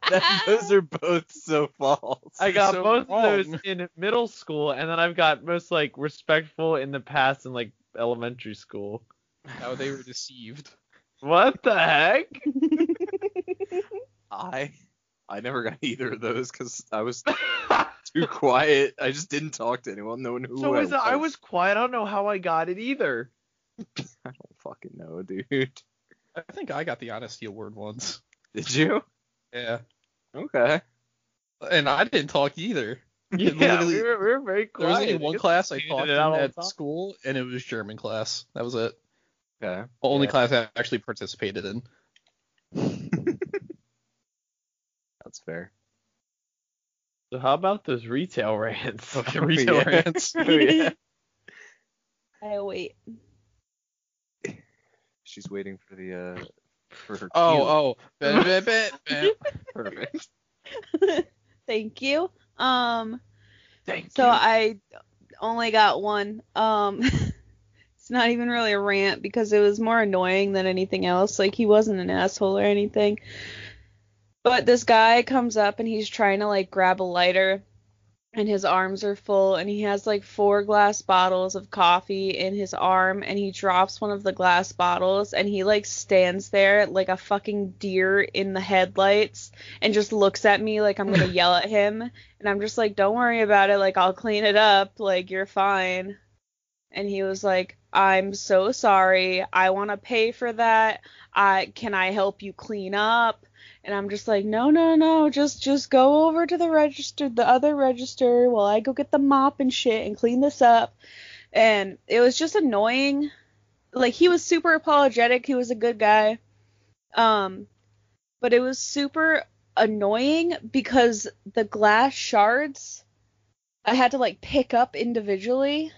That, those are both so false.
I got
so
both of
wrong.
those in middle school, and then I've got most like respectful in the past in like elementary school.
How they were deceived.
What the heck?
I I never got either of those because I was too quiet. I just didn't talk to anyone. No one who
so
I,
was, I was quiet. I don't know how I got it either.
I don't fucking know, dude.
I think I got the honesty award once.
Did you?
Yeah.
Okay.
And I didn't talk either.
Yeah,
literally-
we, were, we were very
There
quiet.
was only one class I
hated
talked
it
in
out all the
at
time.
school, and it was German class. That was it.
Okay.
The only
Yeah.
class I actually participated in.
That's fair.
So how about those retail rants?
Fucking retail
Yeah.
rants.
Oh, yeah.
I wait.
She's waiting for the uh for her. cue.
Oh, oh. Bah, bah, bah, bah.
perfect.
Thank you. Um.
Thank
So I only got one. Um, it's not even really a rant because it was more annoying than anything else. Like he wasn't an asshole or anything. But this guy comes up and he's trying to like grab a lighter, and his arms are full and he has like four glass bottles of coffee in his arm and he drops one of the glass bottles and he like stands there like a fucking deer in the headlights and just looks at me like I'm going to yell at him and I'm just like don't worry about it like I'll clean it up like you're fine and he was like I'm so sorry I want to pay for that I can I help you clean up and I'm just like, no, no, no, just just go over to the register, the other register, while I go get the mop and shit and clean this up. And it was just annoying. Like he was super apologetic. He was a good guy. Um, but it was super annoying because the glass shards I had to like pick up individually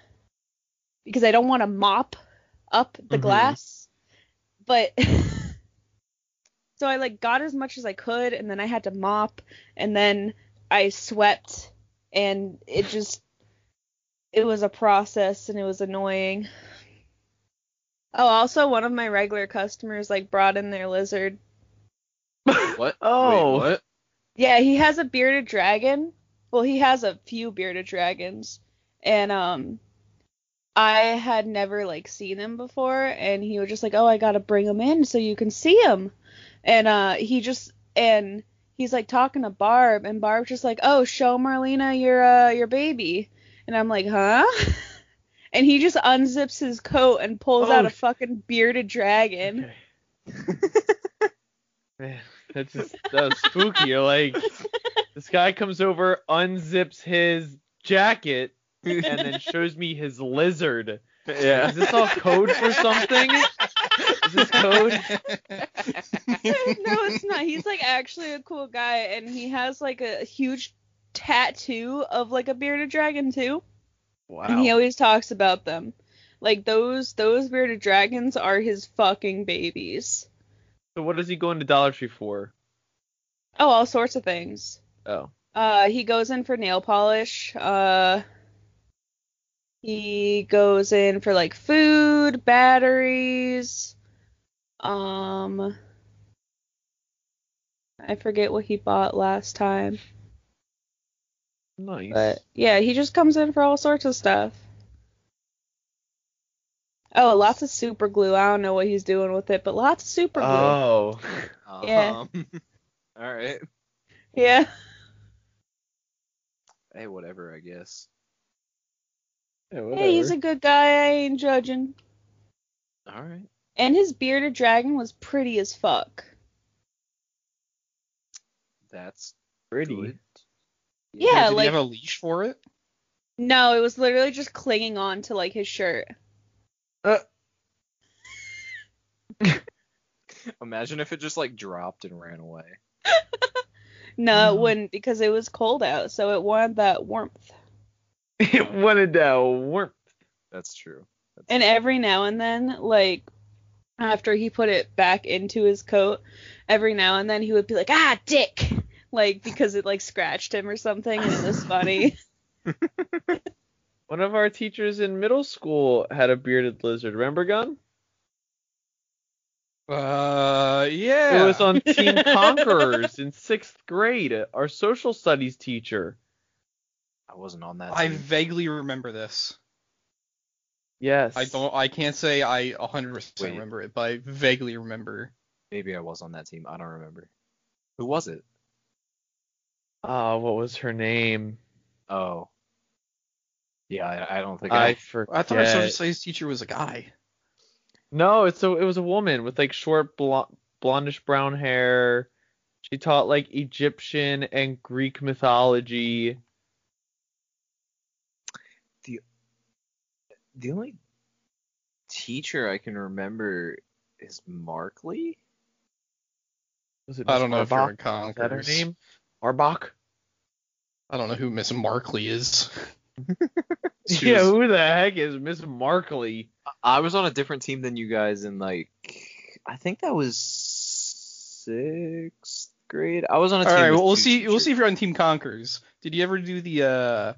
because I don't want to mop up the
Mhm.
glass. But so I like got as much as I could and then I had to mop and then I swept and it just it was a process and it was annoying. Oh, also one of my regular customers like brought in their lizard.
What?
uh,
Oh.
Wait, what?
Yeah, he has a bearded dragon. Well, he has a few bearded dragons. And um I had never like seen him before and he was just like, "Oh, I got to bring him in so you can see him." And uh he just and he's like talking to Barb and Barb's just like, "Oh, show Marlena your uh your baby." And I'm like, "Huh?" And he just unzips his coat and pulls
Oh,
out a
sh-
fucking bearded dragon.
Okay. Man, that's just that was spooky. You're like, this guy comes over, unzips his jacket, and then shows me his lizard.
Yeah.
Is this all code for something? Is this code?
no, it's not. He's like actually a cool guy, and he has like a huge tattoo of like a bearded dragon too. And he
Wow.
always talks about them. Like those those bearded dragons are his fucking babies.
So what is he going to Dollar Tree for?
Oh, all sorts of things.
Oh.
Uh, he goes in for nail polish. Uh, he goes in for like food, batteries. Um, I forget what he bought last time.
Nice.
But yeah, he just comes in for all sorts of stuff. Oh, lots of super glue. I don't know what he's doing with it, but lots of super glue.
oh.
Yeah.
Um, all right.
yeah.
Hey, whatever, I guess.
Hey, he's a good guy. I ain't judging.
All right.
And his bearded dragon was pretty as fuck.
That's
pretty.
good.
Yeah,
Did
like-
he have a leash for it?
No, it was literally just clinging on to like his shirt.
Imagine if it just like dropped and ran away.
No, it
Oh.
wouldn't because it was cold out, so it wanted that warmth.
it wanted that warmth.
That's true. That's
And every now and then, like after he put it back into his coat, every now and then he would be like, "Ah, dick." Like because it like scratched him or something and it was funny.
One of our teachers in middle school had a bearded lizard. Remember, Gun?
Uh, yeah.
It was on Team Conquerors in sixth grade. Our social studies teacher.
I wasn't on that.
I
team.
vaguely remember this.
Yes.
I don't. I can't say I 100%
Wait.
remember it, but I vaguely remember.
Maybe I was on that team. I don't remember. Who was it?
Ah, what was her name?
Oh. Yeah, I, I don't think
I
I.
forget.
I thought our social studies teacher was a guy.
No, it's a, it was a woman with like short blonde, blondish brown hair. She taught like Egyptian and Greek mythology.
The only teacher I can remember is Markley.
Was it
I
Miss
don't know if you're
Arbach?
in
Is that her
Congress.
name? Arbach?
I don't know who Miss Markley is. She
Yeah,
was-
who the heck is Miss Markley?
I was on a different team than you guys in like I think that was sixth grade. I was on a
All
team.
right,
with
well, we'll
two
see. We'll
teachers.
see if you're on Team Conquerors. Did you ever do the uh,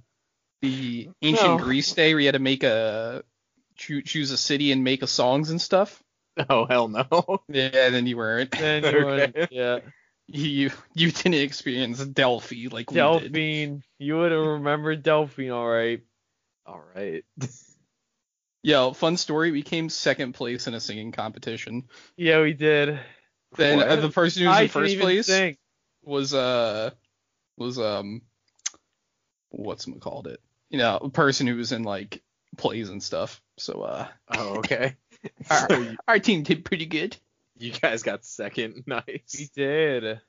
the ancient
No.
Greece day where you had to make a choo- choose a city and make a songs and stuff?
Oh hell no.
Yeah, then you weren't.
Then you
Okay.
would- yeah.
You you didn't experience Delphi like we did.
Delphine, you would have remembered Delphine, all right.
All right.
Yo, fun story. We came second place in a singing competition.
Yeah, we did.
Then
What?
uh, the person who was
I
in
didn't
first
even
place
sing.
was uh was um what's it called it? You know, a person who was in like plays and stuff. So uh
Oh, okay.
our,
so you,
our team did pretty good.
you guys got second.
We
Nice.
did. It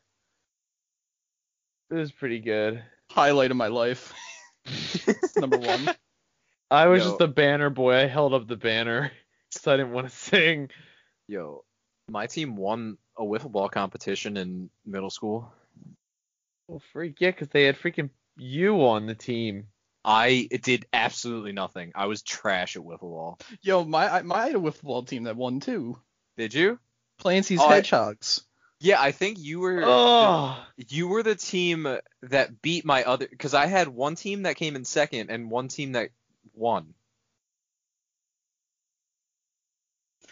was pretty good.
Highlight of my life. Number one.
I was
Yo.
just the banner boy. I held up the banner because I didn't want to sing.
Yo, my team won a wiffle ball competition in middle school.
Well, Oh, freak yeah, 'cause they had freaking you on the team.
I did absolutely nothing. I was trash at wiffle ball.
Yo, my I, my I had a wiffle ball team that won too.
Did you?
Clancy's
Oh, I-
hedgehogs.
Yeah, I think you were
Oh,
you were the team that beat my other because I had one team that came in second and one team that won.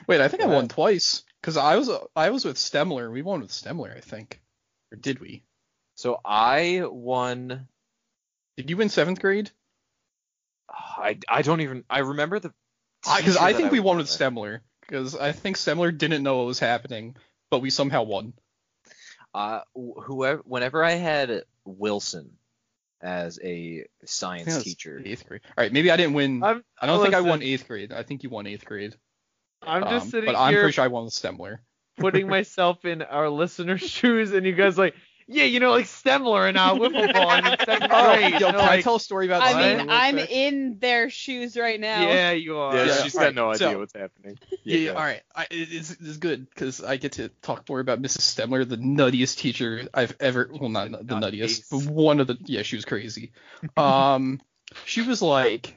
Wait, I think I won twice because I was I was with Stemler. and We won with Stemler, I think. Or did we?
So I won.
Did you win seventh grade?
I, I don't even I remember the
Because
teacher
I
that
think we won with
with.
Stemler. Because I think Stemler didn't know what was happening, but we somehow won.
Uh, wh- whoever, whenever I had Wilson as a
I think
science
that was
teacher,
Eighth grade. All right, maybe I didn't win. I'm,
I'm
I do not think I
listen.
won eighth grade. I think you won eighth grade.
I'm just
Um,
sitting
but I'm
here
pretty sure I won with Stemler.
putting myself in our listeners' shoes, and you guys like, yeah, you know, like Stemler and I wiffle ball in seventh
Oh,
grade.
yo,
you
can
know,
I
like,
tell a story about
I
Well,
Stemler
I-
mean,
real
I'm
quick?
in their shoes right now.
yeah, you are.
Uh, yeah,
Yeah,
she's
alright,
got no idea
so-
what's happening.
Yeah, all right. I, it- it's, it's good because I get to talk more about Mrs. Stemler, the nuttiest teacher I've ever. Well, not, the
Not
nuttiest,
ace.
but one of the. Yeah, she was crazy. Um, she was like,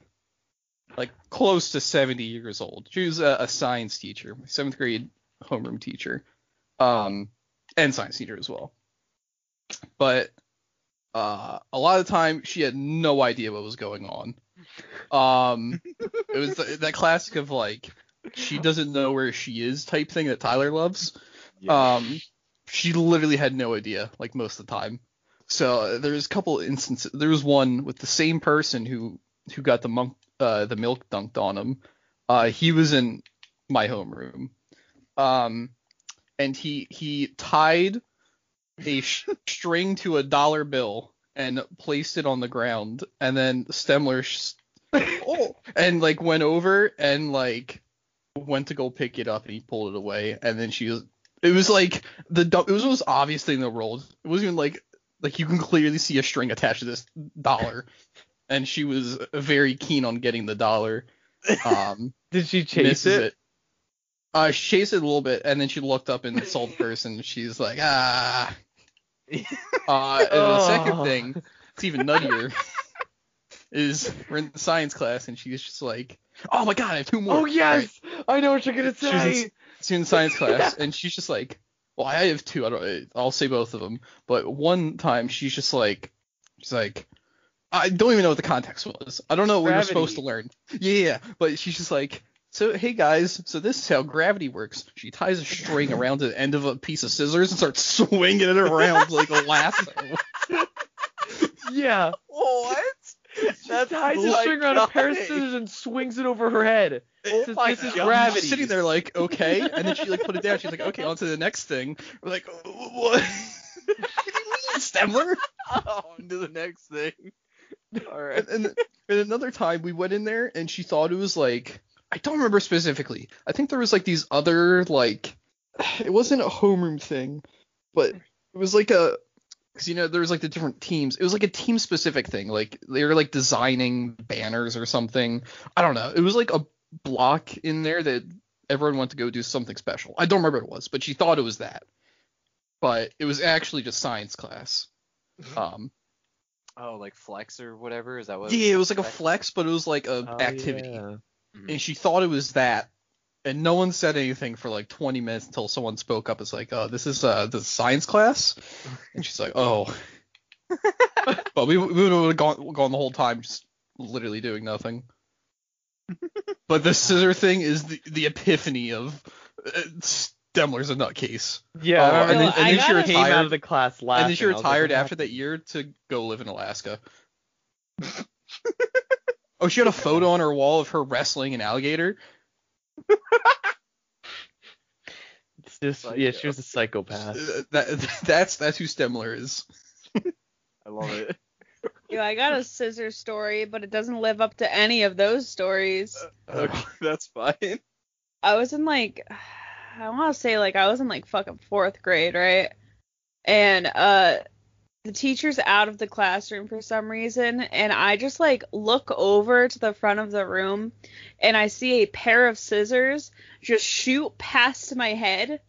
like close to 70 years old. She was a, a science teacher, my seventh grade homeroom teacher, um, and science teacher as well. But uh, a lot of the time, she had no idea what was going on. Um, it was th- that classic of like she doesn't know where she is type thing that Tyler loves. Um, she literally had no idea, like most of the time. So uh, there's a couple instances. There was one with the same person who who got the monk uh, the milk dunked on him. Uh, he was in my homeroom, um, and he he tied a sh- string to a dollar bill and placed it on the ground, and then Stemler sh- oh, and like went over and like went to go pick it up and he pulled it away and then she was it was like the du- it was the most obvious thing in the world it wasn't even like like you can clearly see a string attached to this dollar and she was very keen on getting the dollar um
Did she chase
misses
it?
it, Uh, she chased it a little bit, and then she looked up and saw the person. She's like, ah. Uh, and the second
Oh.
thing, it's even nuttier, is we're in science class, and she's just like, oh my god, I have two more.
Oh yes, I know what you're gonna
She was in-
say.
student science class, and she's just like, "Well, I have two. I don't. I'll say both of them." But one time, she's just like, she's like, "I don't even know what the context was. I don't know what
Gravity.
we were supposed to learn." Yeah, yeah, but she's just like, "So hey guys, so this is how gravity works." She ties a string around the end of a piece of scissors and starts swinging it around like a lasso.
Yeah,
What?
she ties a string around a pair of scissors and swings it over her head.
Oh
Says,
my
this is
God.
gravity.
She's sitting there like, okay, and then she like put it down. She's like, okay, on to the next thing. We're like, what? what do you mean, Stemler?
On to the next thing. All right.
and, and, and another time we went in there and she thought it was like I don't remember specifically. I think there was like these other like it wasn't a homeroom thing, but it was like a because you know there was like the different teams. It was like a team specific thing. Like they were like designing banners or something. I don't know. It was like a block in there that everyone went to go do something special. I don't remember what it was, but she thought it was that. But it was actually just science class. Um,
Oh, like flex or whatever? Is that what?
yeah, it was like a flex, but it was like a
Oh,
activity
yeah.
Mhm.
and she thought it was that and no one said anything for like 20 minutes until someone spoke up it's like oh this is uh this is science class and she's like oh but we, we would have gone, gone the whole time just literally doing nothing but the scissor thing is the, the epiphany of uh, s- Demler's a nutcase.
Yeah,
Oh,
I remember
and then-
that.
and then
I
she
came
retired-
out of the class last.
and then she retired after that year to go live in Alaska. oh, she had a photo on her wall of her wrestling an alligator.
It's just, yeah, she was a psychopath.
Uh, That, that's that's who Stemler is.
I love it.
Yo, I got a scissor story, but it doesn't live up to any of those stories.
okay, that's fine.
I was in like I want to say like I was in like fucking fourth grade, right? And uh the teacher's out of the classroom for some reason, and I just like look over to the front of the room, and I see a pair of scissors just shoot past my head,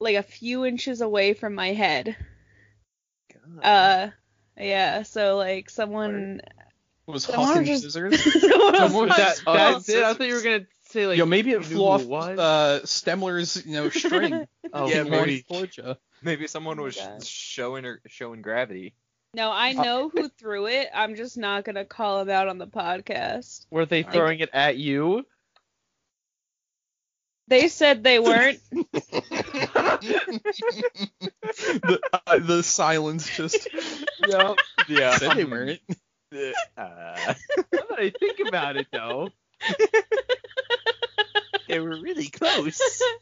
like a few inches away from my head. Uh, yeah. So like someone,
Was
Someone
Hawking
just-
scissors?
someone
Someone
was
just-
like,
That,
Oh,
that's it. I
scissors.
thought you were gonna say like.
Yo, maybe it
you
flew
knew
off
who it was?
uh, Stemler's you know string.
oh,
yeah,
yeah,
Morty.
Morty Georgia.
Maybe someone
Oh my
was
God.
showing her showing gravity.
No, I know who threw it. I'm just not gonna call him out on the podcast.
Were they throwing it at you?
They said they weren't.
the, uh, the silence just
No.
Yeah.
said they weren't.
Uh,
Now that I think about it, though,
they were really close.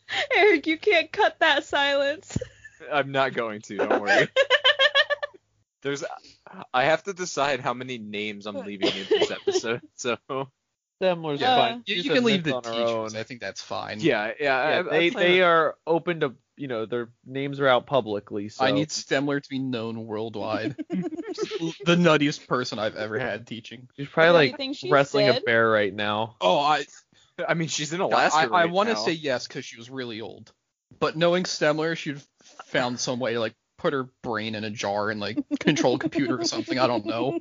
Eric, you can't cut that silence.
I'm not going to. Don't worry. There's, I have to decide how many names I'm leaving in this episode. So
Stemler's
Yeah.
fine.
You,
She's
you
a
can
myth
leave the
on her own.
teachers. I think that's fine.
yeah, yeah. I,
Yeah,
I
they
plan
they
on-
are open to you know their names are out publicly. So
I need Stemler to be known worldwide. the nuttiest person I've ever had teaching.
she's
Yeah,
probably
you think she's
like wrestling
dead?
a bear right now.
Oh, I
I mean, she's in Alaska.
I, I
right
want to
now.
say yes because she was really old. But knowing Stemler, she'd found some way to like put her brain in a jar and like control a computer or something. I don't know.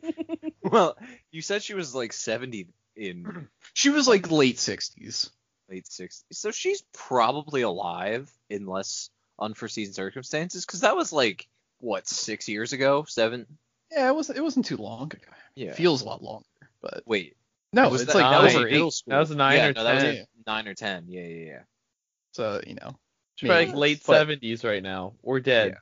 Well, you said she was like 70 in
She was like late sixties.
late 60s, so she's probably alive unless unforeseen circumstances. Because that was like what six years ago, seven.
Yeah, it wasn't it wasn't too long ago.
Yeah.
Feels a lot longer, but
Wait,
no,
was
it's
that
like that was
nine?
her
Middle
age.
school.
That was nine
yeah,
or
no, that
ten.
was
Yeah.
nine or ten. Yeah, yeah, yeah.
So you know,
She's probably like
maybe.
late
But-
seventies right now or dead.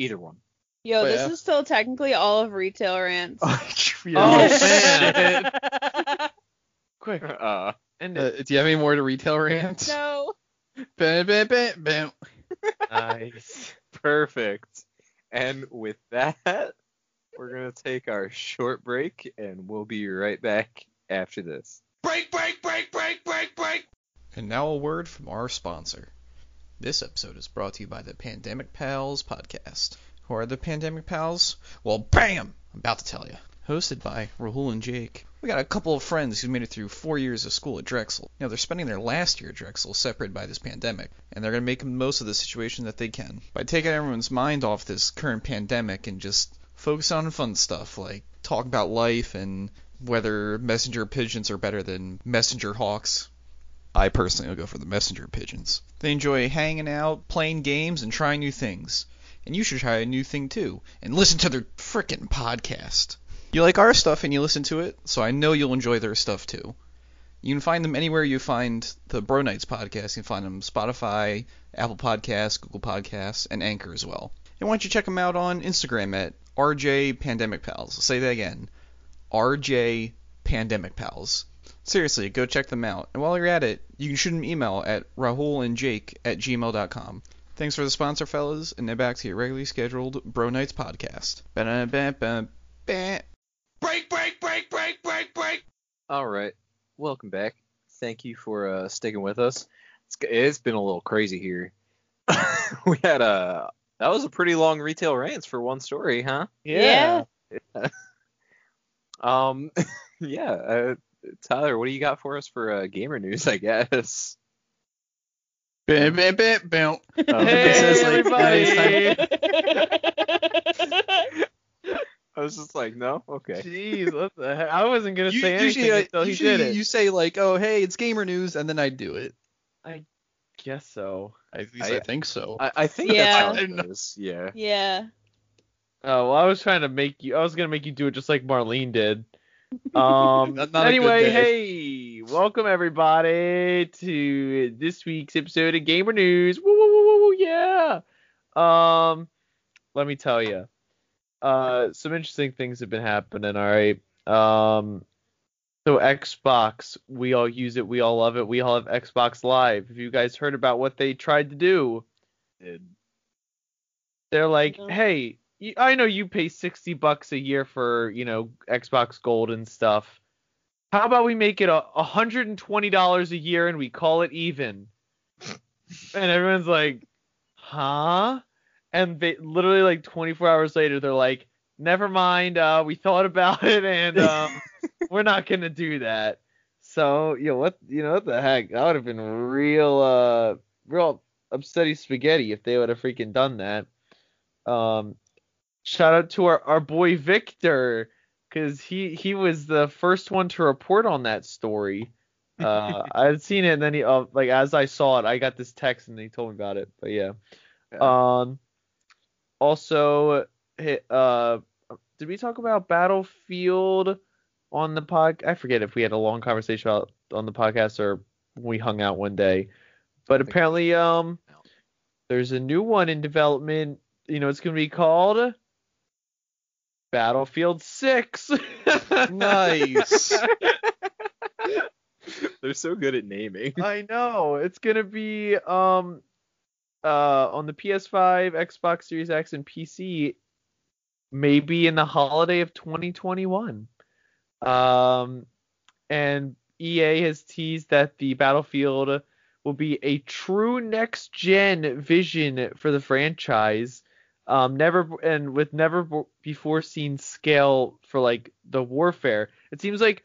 Either one.
Yo,
Oh,
this
yeah.
is still technically all of retail rants.
Oh
Yeah.
man! Quick,
Uh,
end
Uh,
it.
do you have any more to retail rants?
no.
Bam, bam, bam, bam.
nice.
perfect. And with that, we're gonna take our short break, and we'll be right back after this.
Break, break, break, break, break, break. And now a word from our sponsor. This episode is brought to you by the Pandemic Pals podcast. Who are the Pandemic Pals? Well, bam! I'm about to tell you. Hosted by Rahul and Jake. We got a couple of friends who made it through four years of school at Drexel. Now they're spending their last year at Drexel separated by this pandemic, and they're going to make the most of the situation that they can by taking everyone's mind off this current pandemic and just focus on fun stuff like talk about life and whether messenger pigeons are better than messenger hawks. I personally will go for the messenger pigeons. They enjoy hanging out, playing games, and trying new things. And you should try a new thing too, and listen to their frickin' podcast. You like our stuff and you listen to it, so I know you'll enjoy their stuff too. You can find them anywhere you find the Bro Nights podcast. You can find them Spotify, Apple Podcasts, Google Podcasts, and Anchor as well. And why don't you check them out on Instagram at RJ Pandemic Pals. I'll say that again. RJ Pandemic Pals. Seriously, go check them out. And while you're at it, you can shoot an email at rahulandjake at gmail.com. Thanks for the sponsor, fellas, and now back to your regularly scheduled Bro Nights podcast. Ba-da-ba-ba-ba. Break, break, break, break, break, break.
All right, welcome back. Thank you for uh, sticking with us. It's, g- it's been a little crazy here. we had a that was a pretty long retail rants for one story, huh?
Yeah.
Um, yeah. Uh, Tyler, what do you got for us for uh, gamer news? I guess.
Bam, bam, bam, bam.
Um,
Hey,
It says, like,
everybody!
I was just like, no, okay.
Jeez, what the heck? I wasn't gonna
You-
say anything
usually, I-
until he
usually
did it.
you say like, "Oh, hey, it's gamer news," and then I do it.
Guess so.
At
least I I-
think so.
I, I think
Yeah.
that's how it goes. Yeah.
yeah.
Oh well, I was trying to make you. I was gonna make you do it just like Marlene did. Um.
Not- not a good
anyway,
day.
hey, Welcome everybody to this week's episode of Gamer News. Woo woo woo woo woo yeah. Um, let me tell you, uh, some interesting things have been happening. All right. Um, so Xbox, we all use it, we all love it, we all have Xbox Live. Have you guys heard about what they tried to do?
Dude,
They're like,
No.
hey, you, I know you pay 60 bucks a year for, you know, Xbox Gold and stuff. How about we make it a $120 a year and we call it even? and everyone's like, huh? And they literally like 24 hours later, they're like, never mind. Uh, we thought about it and um, we're not gonna do that. So, you know what? You know what the heck? That would have been real, uh, real upsetty spaghetti if they would have freaking done that. Um, shout out to our, our boy Victor because he he was the first one to report on that story. Uh, I'd seen it and then he uh, like as I saw it, I got this text and he told me about it. But yeah. Um. Also, hi- uh, did we talk about Battlefield on the pod? I forget if we had a long conversation about on the podcast or we hung out one day. But
think-
apparently, um,
No.
there's a new one in development. You know, it's gonna be called Battlefield Six.
Uh, Nice.
they're so good at naming.
I know. It's gonna be um uh on the PS5, Xbox Series X, and PC maybe in the holiday of 2021. Um and EA has teased that the Battlefield will be a true next gen vision for the franchise. Um, never and with never b- before seen scale for like the warfare. It seems like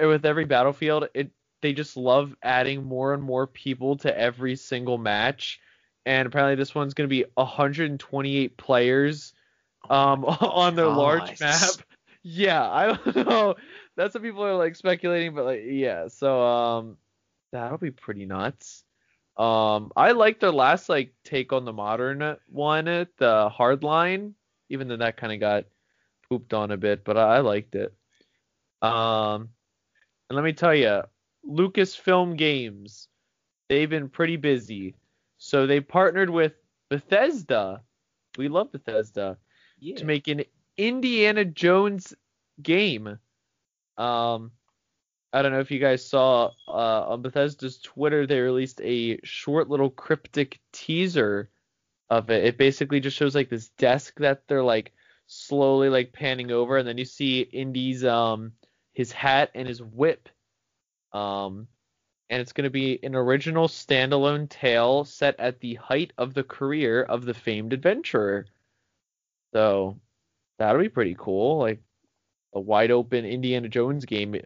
eh, with every battlefield, it they just love adding more and more people to every single match. And apparently this one's going to be 128 players um, on their large
gosh.
map. Yeah, I don't know. That's what people are like speculating, but like yeah. So um, that'll be pretty nuts. Um, I like their last like take on the modern one, the hard line, even though that kind of got pooped on a bit, but I, I liked it. Um, and let me tell you, Lucasfilm Games, they've been pretty busy. So they partnered with Bethesda. We love Bethesda to make an Indiana Jones game. Um, I don't know if you guys saw uh, on Bethesda's Twitter, they released a short little cryptic teaser of it. It basically just shows like this desk that they're like slowly like panning over, and then you see Indy's um his hat and his whip. Um, and it's going to be an original standalone tale set at the height of the career of the famed adventurer. So that'll be pretty cool. Like a wide open Indiana Jones game.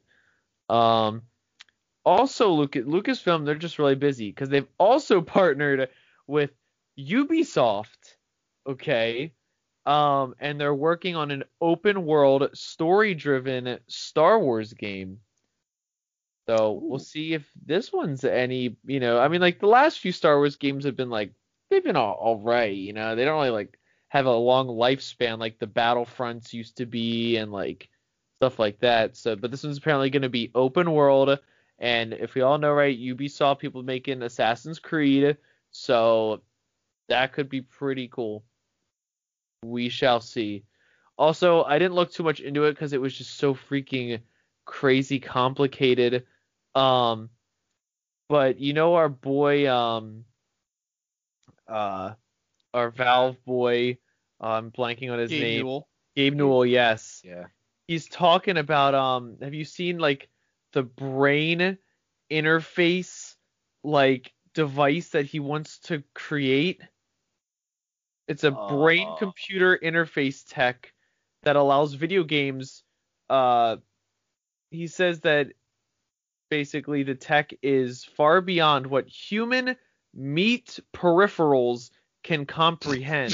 Um, also, Lucas, Lucasfilm, they're just really busy because they've also partnered with Ubisoft. Okay. Um, and they're working on an open world, story driven Star Wars game. So we'll see if this one's any, you know, I mean, like the last few Star Wars games have been like, they've been all, all right, you know, they don't really like have a long lifespan like the battlefronts used to be and like stuff like that so but this one's apparently going to be open world and if we all know right ubisoft people making assassin's creed so that could be pretty cool we shall see also i didn't look too much into it because it was just so freaking crazy complicated um but you know our boy um uh our Valve boy. uh, I'm blanking on his
Gabe
name.
Newell.
Gabe Newell, yes.
Yeah.
He's talking about um. Have you seen like the brain interface like device that he wants to create? It's a brain
Uh.
computer interface tech that allows video games. Uh, he says that basically the tech is far beyond what human meat peripherals can comprehend.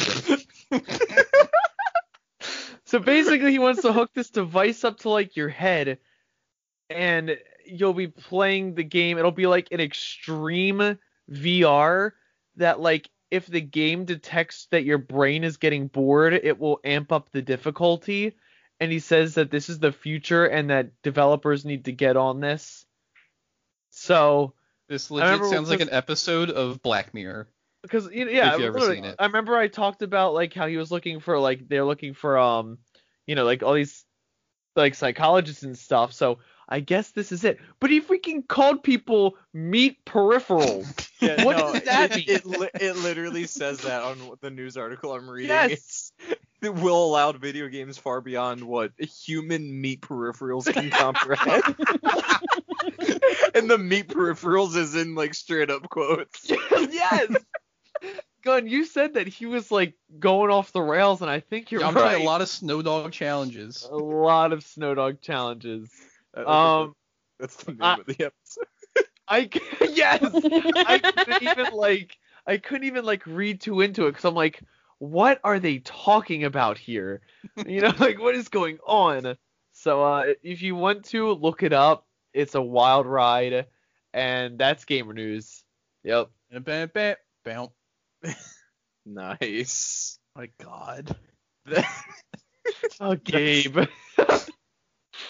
so basically, he wants to hook this device up to like your head, and you'll be playing the game. It'll be like an extreme VR that, like, if the game detects that your brain is getting bored, it will amp up the difficulty. And he says that this is the future and that developers need to get on this. So
This
I
legit
remember
sounds like
this-
an episode of Black Mirror.
because you know, yeah,
If you ever
literally,
seen it.
I remember I talked about like how he was looking for like they're looking for um, you know, like all these like psychologists and stuff. So I guess this is it. But he freaking called people meat peripherals.
Yeah,
What
no,
does that
it,
mean?
It, li- it literally says that on the news article I'm reading.
yes.
It will allow video games far beyond what human meat peripherals can comprehend. and the meat peripherals is in like straight up quotes.
yes. Gun, you said that he was like going off the rails, and I think you're
I'm
right.
trying a lot of snow dog challenges.
a lot of snow dog challenges.
I think
Um,
that's the name
I-
of the episode.
I yes, I couldn't even like I couldn't even like read too into it because I'm like, what are they talking about here? You know, like what is going on? So uh, if you want to look it up, it's a wild ride, and that's gamer news. Yep.
Bam, bam, bam.
Nice.
My God.
Oh, Gabe.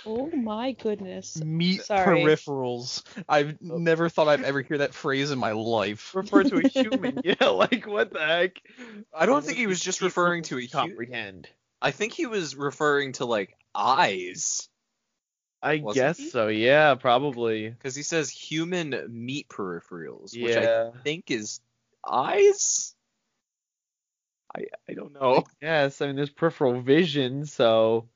Oh my goodness.
Meat
Sorry.
peripherals. I've never thought I'd ever hear that phrase in my life.
Refer to a human. Yeah, like what the heck?
I don't think he was just referring to a human.
comprehend.
I think he was referring to like eyes
I
Wasn't
guess
he?
so. Yeah, probably.
because he says human meat peripherals, which
Yeah.
I think is eyes. I I don't know.
Yes, I mean there's peripheral vision, so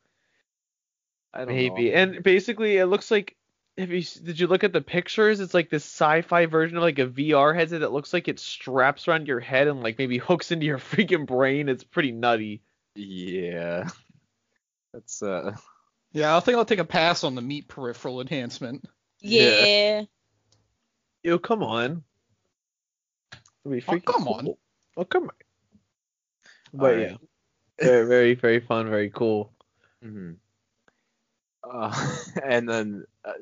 I don't
maybe.
know.
And basically, it looks like if you s- did you look at the pictures? It's like this sci-fi version of like a VR headset that looks like it straps around your head and like maybe hooks into your freaking brain. It's pretty nutty.
Yeah. That's uh
Yeah, I think I'll take a pass on the meat peripheral enhancement.
Yeah.
Yeah.
Yo, come on. It'd be
Oh,
freaking
come on.
cool. Oh come on. But
All
yeah,
right.
very very very fun, very cool.
mhm. Uh, and then uh,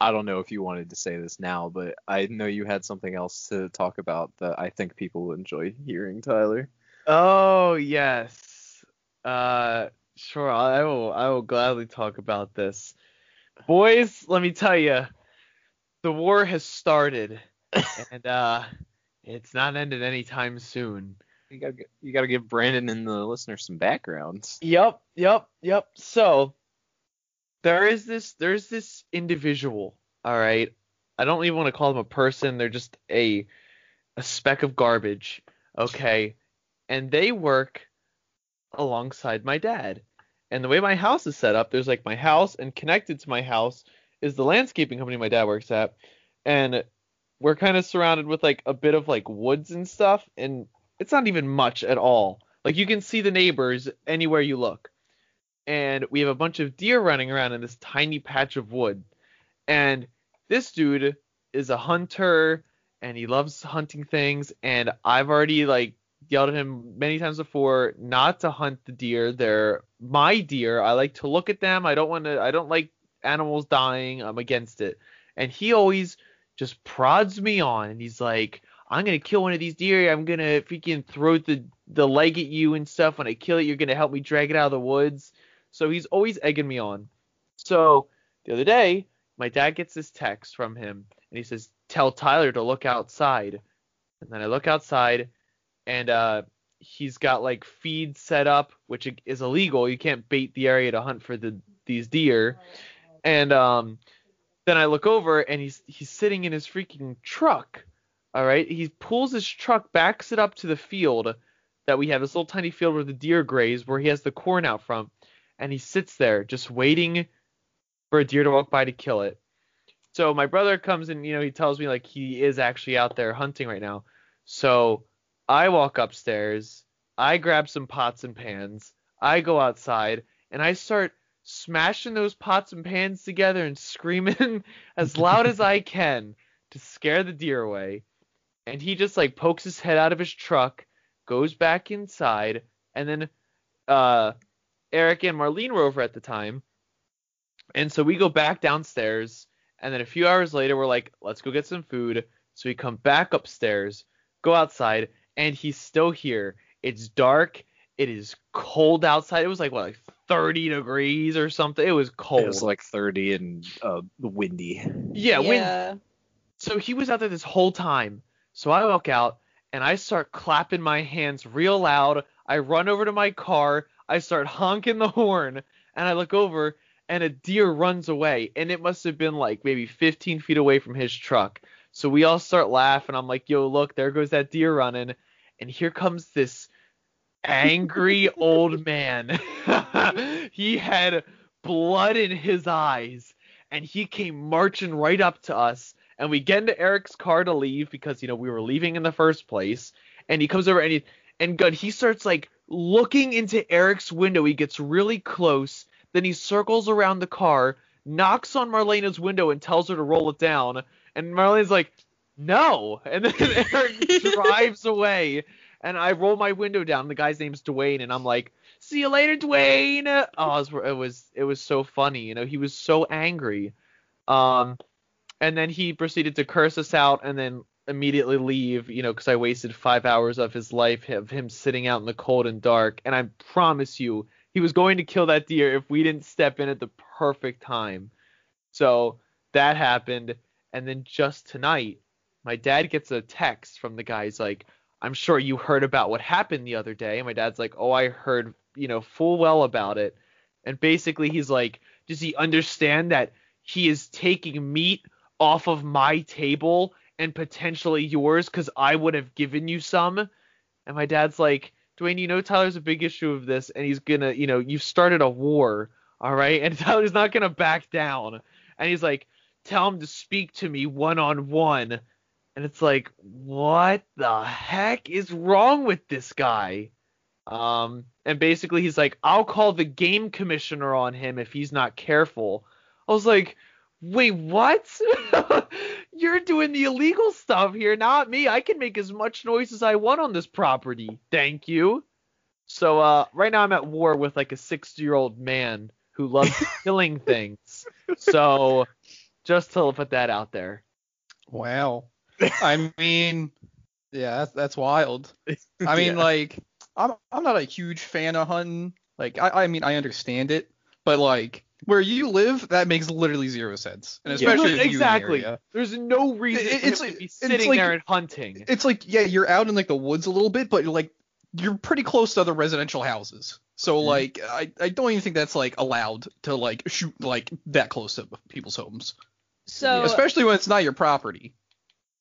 I don't know if you wanted to say this now, but I know you had something else to talk about that I think people will enjoy hearing, Tyler.
Oh yes. Uh, sure. I will. I will gladly talk about this. Boys, let me tell you, the war has started, and uh, it's not ended anytime soon.
You gotta g- you gotta give Brandon and the listeners some background.
Yep, yep, yep. So there is this there's this individual, all right. I don't even want to call them a person, they're just a a speck of garbage, okay? And they work alongside my dad. And the way my house is set up, there's like my house and connected to my house is the landscaping company my dad works at. And we're kind of surrounded with like a bit of like woods and stuff and it's not even much at all. Like you can see the neighbors anywhere you look. And we have a bunch of deer running around in this tiny patch of wood. And this dude is a hunter and he loves hunting things and I've already like yelled at him many times before not to hunt the deer. They're my deer. I like to look at them. I don't want to I don't like animals dying. I'm against it. And he always just prods me on and he's like I'm gonna kill one of these deer. I'm gonna freaking throw the the leg at you and stuff. When I kill it, you're gonna help me drag it out of the woods. So he's always egging me on. So the other day, my dad gets this text from him, and he says, "Tell Tyler to look outside." And then I look outside, and uh, he's got like feed set up, which is illegal. You can't bait the area to hunt for the these deer. And um, then I look over, and he's he's sitting in his freaking truck. All right. He pulls his truck, backs it up to the field that we have, this little tiny field where the deer graze, where he has the corn out from, and he sits there just waiting for a deer to walk by to kill it. So my brother comes and, you know, he tells me like he is actually out there hunting right now. So I walk upstairs, I grab some pots and pans, I go outside, and I start smashing those pots and pans together and screaming as loud as I can to scare the deer away. And he just like pokes his head out of his truck, goes back inside, and then uh, Eric and Marlene were over at the time. And so we go back downstairs, and then a few hours later, we're like, let's go get some food. So we come back upstairs, go outside, and he's still here. It's dark. It is cold outside. It was like what, like 30 degrees or something. It was cold.
It was like 30 and uh, windy.
yeah, wind
Yeah.
So he was out there this whole time. So I walk out and I start clapping my hands real loud. I run over to my car. I start honking the horn and I look over and a deer runs away. And it must have been like maybe 15 feet away from his truck. So we all start laughing. I'm like, yo, look, there goes that deer running. And here comes this angry old man. he had blood in his eyes and he came marching right up to us and we get into Eric's car to leave because you know we were leaving in the first place and he comes over and he and God he starts like looking into Eric's window he gets really close then he circles around the car knocks on Marlena's window and tells her to roll it down and Marlena's like no and then Eric drives away and I roll my window down the guy's name's Dwayne and I'm like see you later Dwayne oh it was it was, it was so funny you know he was so angry um and then he proceeded to curse us out and then immediately leave you know because i wasted five hours of his life of him sitting out in the cold and dark and i promise you he was going to kill that deer if we didn't step in at the perfect time so that happened and then just tonight my dad gets a text from the guy he's like i'm sure you heard about what happened the other day and my dad's like oh i heard you know full well about it and basically he's like does he understand that he is taking meat off of my table and potentially yours because I would have given you some. And my dad's like, Dwayne, you know Tyler's a big issue of this, and he's gonna, you know, you've started a war, all right? And Tyler's not gonna back down. And he's like, tell him to speak to me one on one. And it's like, what the heck is wrong with this guy? Um, and basically he's like, I'll call the game commissioner on him if he's not careful. I was like, wait, what? You're doing the illegal stuff here, not me. I can make as much noise as I want on this property. Thank you. So uh, right now I'm at war with like a 60 year old man who loves killing things. So just to put that out there.
Wow. I mean, yeah, that's, that's wild. I mean,
Yeah.
like, I'm I'm not a huge fan of hunting. Like, I, I mean, I understand it, but like, where you live, that makes literally zero sense. And
Yeah.
especially if you in the
exactly.
area.
There's no reason
It-
for
it's
him to
like-
be
it's
sitting
like-
there and hunting.
It's like, yeah, you're out in like the woods a little bit, but you're like, you're pretty close to other residential houses. So
Mhm.
like, I I don't even think that's like allowed to like shoot like that close to people's homes,
So
especially when it's not your property.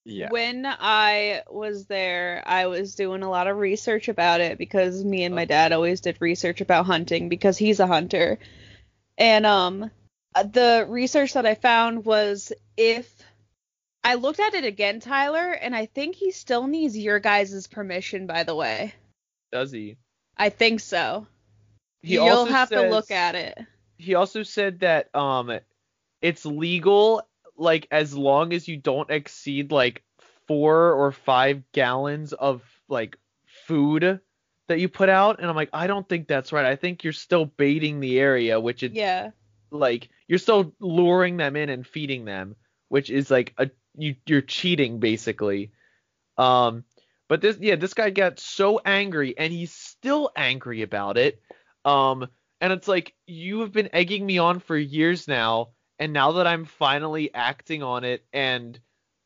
Yeah.
when I was there, I was doing a lot of research about it because me and my dad always did research about hunting because he's a hunter. And um the research that I found was if I looked at it again, Tyler, and I think he still needs your guys' permission, by the way.
Does he?
I think so.
He
You'll
also
have to
says-
look at it.
he also said that um it's legal like as long as you don't exceed like four or five gallons of like food that you put out and i'm like i don't think that's right i think you're still baiting the area which it
Yeah.
like you're still luring them in and feeding them, which is like a you you're cheating basically. Um but this yeah, this guy got so angry and he's still angry about it. Um and it's like you have been egging me on for years now and now that I'm finally acting on it and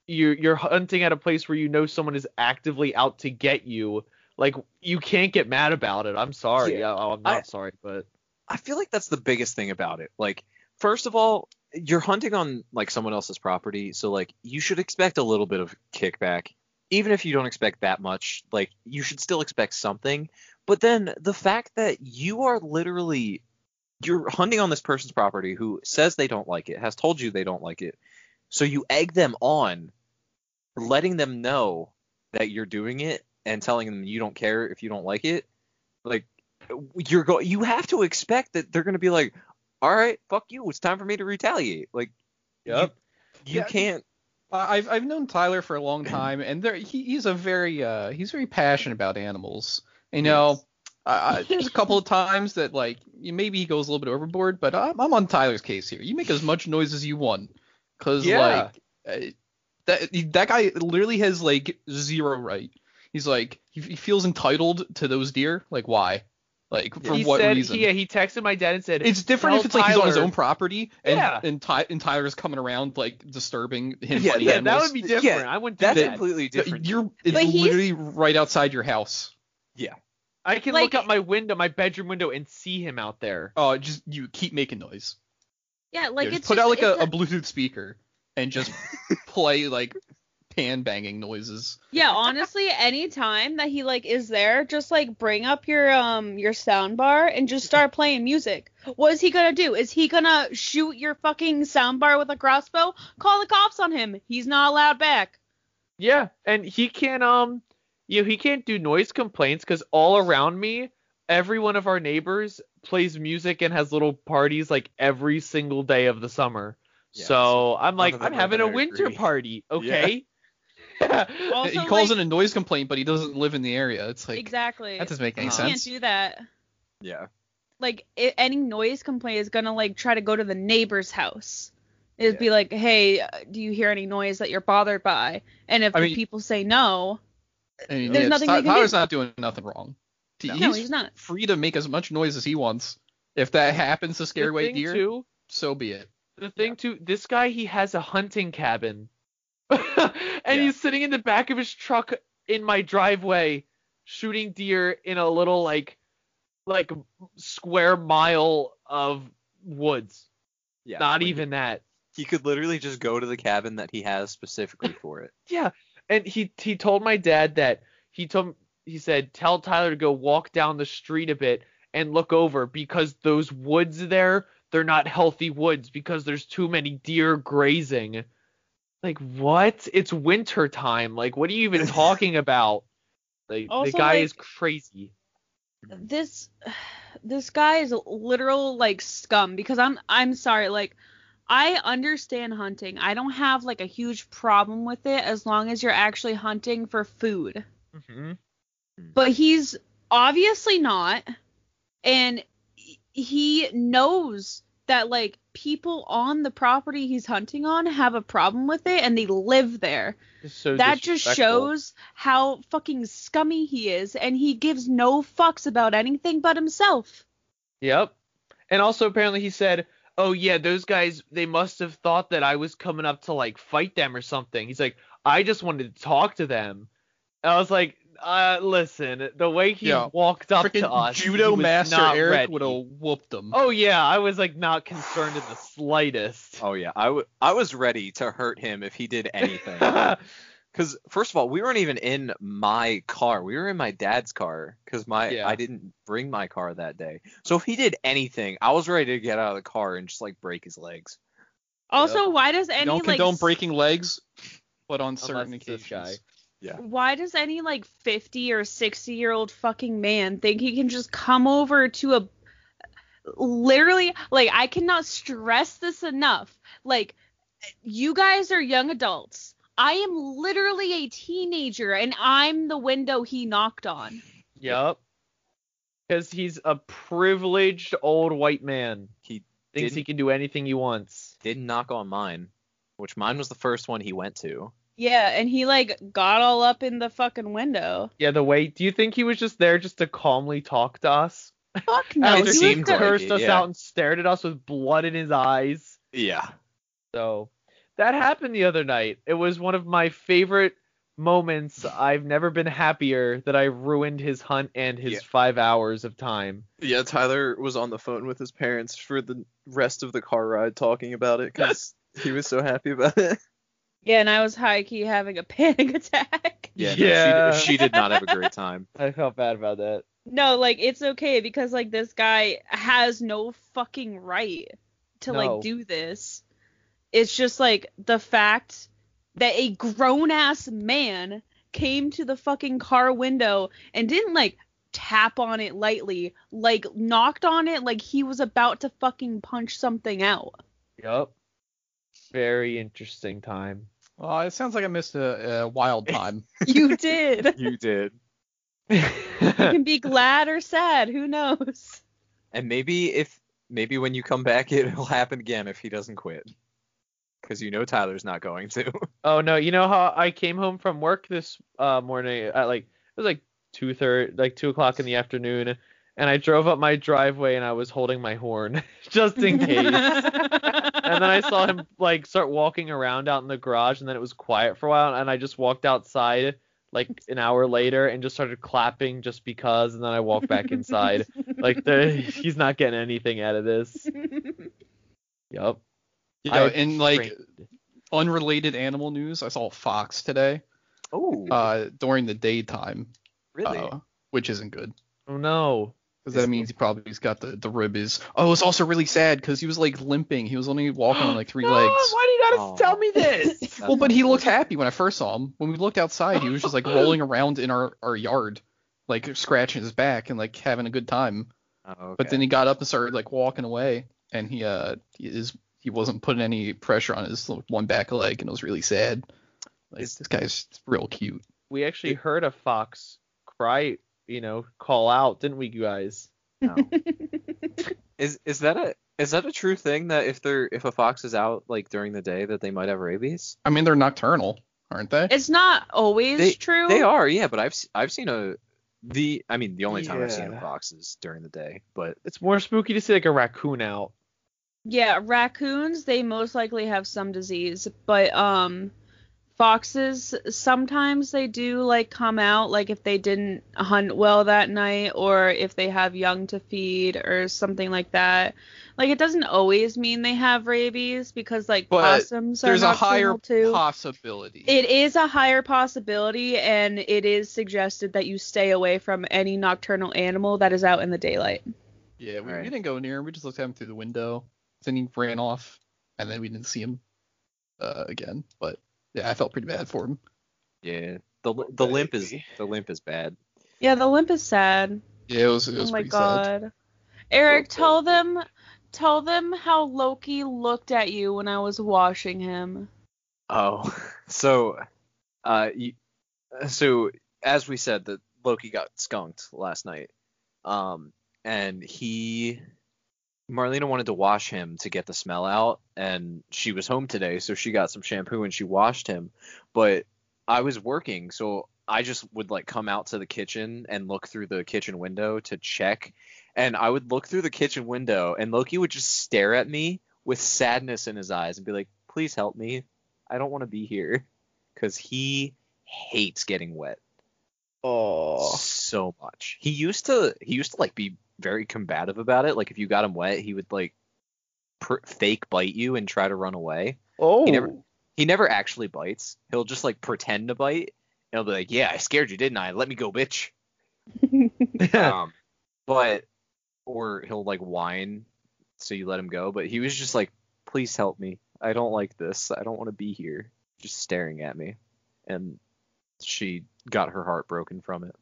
you you're hunting at a place where you know someone is actively out to get you, like you can't get mad about it. I'm sorry.
Yeah.
Oh, I'm
I-
not sorry, but
I feel like that's the biggest thing about it. Like, first of all, you're hunting on like someone else's property, so like you should expect a little bit of kickback. Even if you don't expect that much, like you should still expect something. But then the fact that you are literally you're hunting on this person's property who says they don't like it, has told you they don't like it. So you egg them on, letting them know that you're doing it and telling them you don't care if you don't like it. Like you're go you have to expect that they're going to be like all right fuck you it's time for me to retaliate like you-
Yep.
you,
Yeah.
can't
Uh, I've I've known Tyler for a long time, and there he, he's a very uh he's very passionate about animals. You know, I, I, there's a couple of times that like you- maybe he goes a little bit overboard, but I'm, I'm on Tyler's case here. You make as much noise as you want, cause
Yeah.
like uh, that that guy literally has like zero right. He's like he, he feels entitled to those deer. Like why? Like for
he
what
said,
reason?
Yeah, he texted my dad and said,
It's different
Tell
if it's like he's on his
Tyler.
own property and
Yeah.
and, Ty- and Tyler's coming around like disturbing him.
Yeah,
funny
yeah, that
animals.
would be different. I wouldn't do
That's
that.
completely
Th-
different.
You're it's
But he's-
literally right outside your house.
I can
Like-
look out my window, my bedroom window, and see him out there.
Uh, just you keep making noise.
Yeah, like
Yeah,
it's
just put
just-
out like a,
it's
a Bluetooth speaker and just play like pan banging noises.
Yeah, honestly, any time that he like is there, just like bring up your um your sound bar and just start playing music. What is he gonna do? Is he gonna shoot your fucking sound bar with a crossbow? Call the cops on him. He's not allowed back.
Yeah, and he can't um, you know, he can't do noise complaints because all around me, every one of our neighbors plays music and has little parties like every single day of the summer.
Yeah,
so I'm like,
other
I'm
than
having a
that, I
winter
agree.
party, okay?
Also,
he calls
like,
it a noise complaint, but he doesn't live in the area. It's like
exactly.
that doesn't make any
You
you
Uh-huh.
can't
sense.
do that.
yeah.
Like i any noise complaint is gonna like try to go to the neighbor's house. It'd
Yeah.
be like, hey, uh, do you hear any noise that you're bothered by? And if
I
the
mean-
people say no,
I mean,
There's
yeah,
nothing
Ty-
we can
Tyler's
do.
not doing nothing wrong.
No.
no, he's not.
free to make as much noise as he wants. If that happens to scare
the
away
thing
deer,
too,
so be it.
the thing too, this guy he has a hunting cabin, and he's sitting in the back of his truck in my driveway, shooting deer in a little like, like square mile of woods.
Yeah.
Not
Like,
even that.
He could literally just go to the cabin that he has specifically for it.
Yeah, and he he told my dad that he told he said tell Tyler to go walk down the street a bit and look over because those woods there they're not healthy woods because there's too many deer grazing. Like what? It's winter time. Like what are you even talking about? Like
Also,
the guy
like-
is crazy.
this this guy is literal like scum because I'm I'm sorry like I understand hunting. I don't have like a huge problem with it as long as you're actually hunting for food.
Mm-hmm.
But he's obviously not and he knows that like people on the property he's hunting on have a problem with it and they live there
So
that just
disrespectful.
shows how fucking scummy he is and he gives no fucks about anything but himself
Yep. And also apparently he said, "Oh yeah, those guys they must have thought that I was coming up to like fight them or something." He's like, "I just wanted to talk to them." I was like, "Uh listen, the way he
Yeah.
walked up
Frickin'
to us, he
judo
was
master
not
Eric
ready.
would have whooped him.
Oh yeah, I was like not concerned in the slightest.
Oh yeah, I wa- I was ready to hurt him if he did anything.
Oh.
Because first of all, we weren't even in my car. We were in my dad's car because my
Yeah.
I didn't bring my car that day. So if he did anything, I was ready to get out of the car and just like break his legs.
also why does any
don't
like
condone
s-
breaking legs, but on
Unless
certain
it's this
occasions.
guy.
why does any like 50 or 60 year old fucking man think he can just come over to a literally like i cannot stress this enough like you guys are young adults i am literally a teenager and i'm the window he knocked on
Yep. Cuz he's a privileged old white man.
He
Thinks he can do anything he wants.
didn't knock on mine, which mine was the first one he went to.
yeah and he like got all up in the fucking window
Yeah, the way. Do you think he was just there just to calmly talk to us?
Fuck no.
it
he was
seemed
the-
like
cursed
it,
us
yeah.
out and stared at us with blood in his eyes.
Yeah.
So that happened the other night. It was one of my favorite moments. I've never been happier that I ruined his hunt and his
Yeah.
five hours of time.
Yeah, Tyler was on the phone with his parents for the rest of the car ride talking about it because he was so happy about it.
Yeah, and I was high key having a panic attack.
Yeah,
Yeah.
No, she, she did not have a great time.
I felt bad about that.
No, like it's okay because like this guy has no fucking right to
No.
like do this. It's just like the fact that a grown ass man came to the fucking car window and didn't like tap on it lightly, like knocked on it like he was about to fucking punch something out.
Yup. Very interesting time.
Oh, it sounds like I missed a, a wild time.
You did. you
You did.
can be glad or sad, who knows?
And maybe if maybe when you come back, it'll happen again if he doesn't quit. Because you know Tyler's not going to.
Oh no, you know how I came home from work this uh, morning at like it was like two thirty, like two o'clock in the afternoon, and I drove up my driveway and I was holding my horn just in case. and then I saw him like start walking around out in the garage, and then it was quiet for a while, and I just walked outside like an hour later and just started clapping just because, and then I walked back inside. like the, he's not getting anything out of this. Yup.
You
I
know, in like
trained.
unrelated animal news, I saw a fox today
Oh,
uh, during the daytime,
really?
uh, which isn't good.
Oh no.
Because that means he probably's got the the rib is. Oh, it's also really sad because he was like limping. He was only walking on like three legs.
why do you
gotta Oh. tell
me this?
That's
Well, but he looked
unfortunate.
happy when I first saw him. When we looked outside, he was just like rolling around in our our yard, like scratching his back and like having a good time.
Oh, okay.
But then he got up and started like walking away, and he uh he is he wasn't putting any pressure on his little one back leg, and it was really sad. Like,
Is-
this guy's real cute.
we actually heard a fox cry, you know, call out, didn't we, you guys?
No. is is that a is that a true thing that if they're if a fox is out like during the day that they might have rabies?
I mean, they're nocturnal, aren't they?
It's not always true.
They are, yeah. But I've s- I've seen a the I mean the only time I've seen a
Yeah.
fox is during the day. But
It's more spooky to see like a raccoon out.
Yeah, raccoons they most likely have some disease, but um foxes sometimes they do like come out like if they didn't hunt well that night or if they have young to feed or something like that. Like it doesn't always mean they have rabies because like
But
possums are
There's a higher
nocturnal too.
possibility.
It is a higher possibility and it is suggested that you stay away from any nocturnal animal that is out in the daylight.
Yeah, we,
Alright.
we didn't go near him. We just looked at him through the window. Then he ran off, and then we didn't see him uh, again. But yeah, I felt pretty bad for him.
yeah, the li- the limp is
Maybe.
the limp is bad.
Yeah, the limp is sad.
Yeah, it was it was
oh my
pretty sad.
god. Eric, tell them tell them how Loki looked at you when I was washing him.
Oh, so uh, you, so as we said that Loki got skunked last night, um, and he Marlena wanted to wash him to get the smell out, and she was home today, so she got some shampoo and she washed him. But I was working, so I just would like come out to the kitchen and look through the kitchen window to check, and I would look through the kitchen window, and Loki would just stare at me with sadness in his eyes and be like, "Please help me, I don't want to be here," because he hates getting wet
Oh.
so much. He used to he used to like be very combative about it. Like if you got him wet, he would like pr- fake bite you and try to run away.
Oh.
He never- He never actually bites. He'll just like pretend to bite. And he'll be like, "Yeah, I scared you, didn't I? Let me go, bitch." um, but or he'll like whine, so you let him go. But he was just like, "Please help me. I don't like this. I don't want to be here." Just staring at me, and she got her heart broken from it.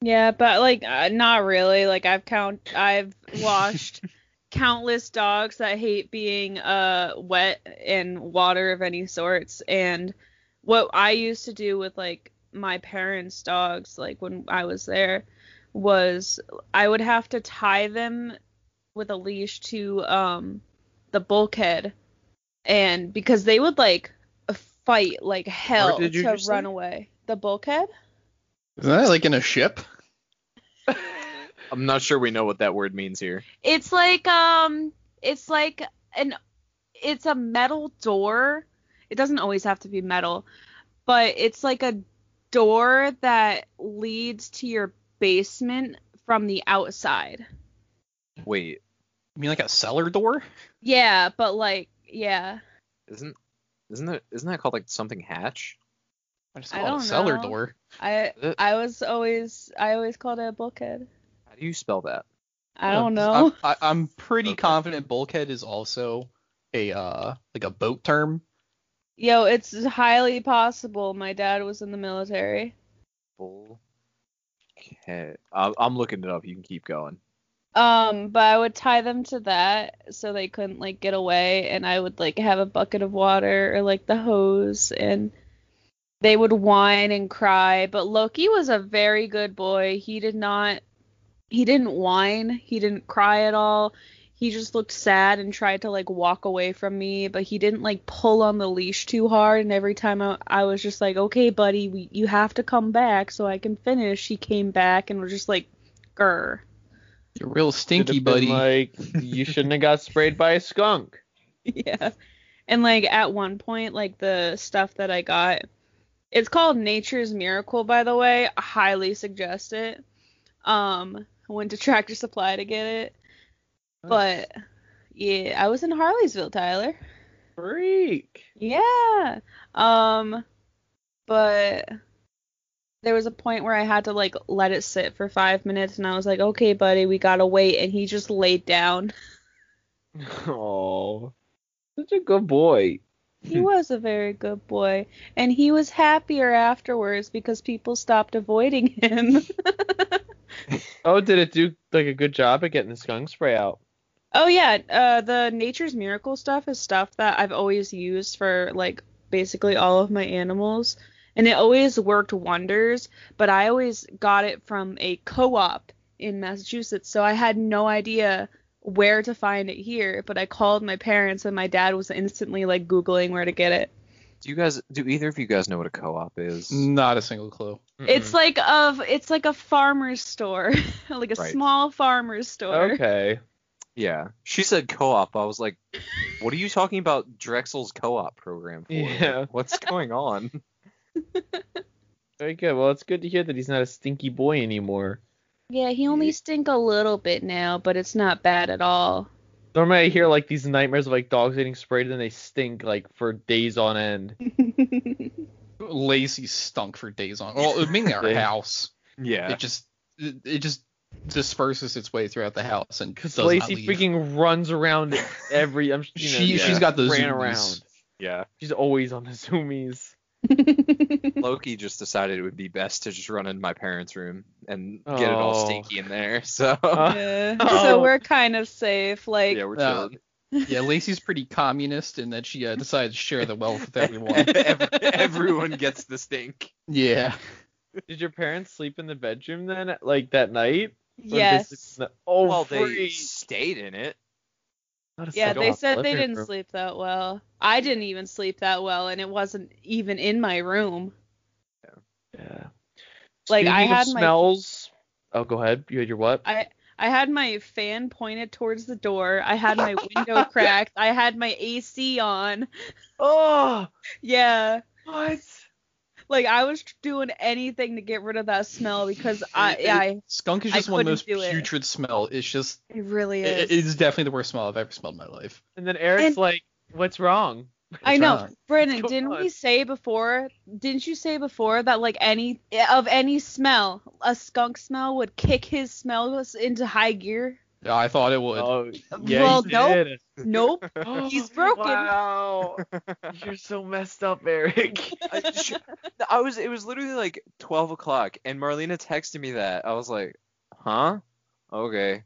Yeah, but like uh, not really. Like I've count I've washed countless dogs that hate being uh wet in water of any sorts and what I used to do with like my parents' dogs like when I was there was I would have to tie them with a leash to um the bulkhead and because they would like fight like hell
did you
to
just say?
run away the bulkhead
Isn't that like in a ship?
I'm not sure we know what that word means here.
It's like um it's like an it's a metal door. It doesn't always have to be metal, but it's like a door that leads to your basement from the outside.
Wait,
You mean like a cellar door?
Yeah, but like yeah.
isn't isn't that isn't that called like something hatch?
I just
I
call it a
don't
cellar
know.
door.
I
Uh.
I was always I always called it a bulkhead.
How do you spell that?
I don't
Uh,
know.
I'm, I, I'm pretty
Okay.
confident bulkhead is also a uh like a boat term.
Yo, it's highly possible my dad was in the military.
Bull. Okay, I'm I'm looking it up. You can keep going.
Um, but I would tie them to that so they couldn't like get away, and I would like have a bucket of water or like the hose, and they would whine and cry. But Loki was a very good boy. He did not, he didn't whine, he didn't cry at all. He just looked sad and tried to like walk away from me, but he didn't like pull on the leash too hard. And every time I, I was just like, okay, buddy, we, you have to come back so I can finish. He came back and was just like, grr.
You're real stinky,
Should've been
buddy.
Like you shouldn't have got sprayed by a skunk.
yeah. And like at one point, like the stuff that I got, it's called Nature's Miracle, by the way. I highly suggest it. Um, I went to Tractor Supply to get it, but yeah, I was in Harleysville, Tyler.
freak.
Yeah. Um, but there was a point where I had to like let it sit for five minutes, and I was like, okay, buddy, we gotta wait, and he just laid down.
Oh, such a good boy.
He was a very good boy, and he was happier afterwards because people stopped avoiding him.
Oh, did it do like a good job at getting the skunk spray out?
oh yeah, uh, the Nature's Miracle stuff is stuff that I've always used for like basically all of my animals, and it always worked wonders. But I always got it from a co-op in Massachusetts, so I had no idea where to find it here. But I called my parents, and my dad was instantly like googling where to get it.
Do you guys? Do either of you guys know what a co-op is?
Not a single clue.
It's like of it's like a farmer's store, like a
Right.
small farmer's store.
okay.
Yeah. She said co-op. I was like, what are you talking about Drexel's co-op program for?
Yeah.
What's going on?
Very good. Well, it's good to hear that he's not a stinky boy anymore.
Yeah, he only stink a little bit now, but it's not bad at all.
Normally, I hear like these nightmares of like dogs getting sprayed and they stink like for days on end.
Lazy stunk for days on. Well, mainly our
Yeah.
house.
Yeah.
It just it, it just disperses its way throughout the house and
Because
does not
Lacey
leave.
freaking runs around every. I'm you know,
She-
yeah,
she's got the
ran
zoomies.
around.
Yeah.
She's always on the zoomies.
Loki just decided it would be best to just run into my parents' room and get it all
Oh.
stinky in there. So
yeah.
Oh.
So we're kind of safe. Like
yeah, we're
Uh,
chilling.
yeah, Lacey's pretty communist in that she uh, decided to share the wealth with everyone.
Ev- everyone gets the stink.
yeah.
Did your parents sleep in the bedroom then, like that night? Or did they sleep
yes.
in the- oh,
well, they
freak.
stayed in it.
Not a
Yeah,
single
they said they
living
didn't
room.
sleep that well. I didn't even sleep that well, and it wasn't even in my room.
Yeah.
Like,
Speaking
I
of
had my-
smells. Oh, go ahead. You had your what?
I I had my fan pointed towards the door. I had my window cracked. I had my AC on.
Oh,
Yeah.
what?
Like I was doing anything to get rid of that smell because I
It-
I
Skunk is
I
just one of the
couldn't do
most
it.
putrid smell. It's just
it really
it-
is.
it's definitely the worst smell I've ever smelled in my life.
And then Eric's
And-
like, "What's wrong?"
I
It's
know.
wrong.
Brandon,
Come
didn't we
on.
say before? Didn't you say before that like any of any smell, a skunk smell would kick his smell into high gear?
Yeah, I thought it would.
Oh,
Well,
you
nope.
did.
Nope. He's broken.
Wow. You're so messed up, Eric.
I, sh- I was. It was literally like 12 o'clock, and Marlena texted me that. I was like, huh? Okay.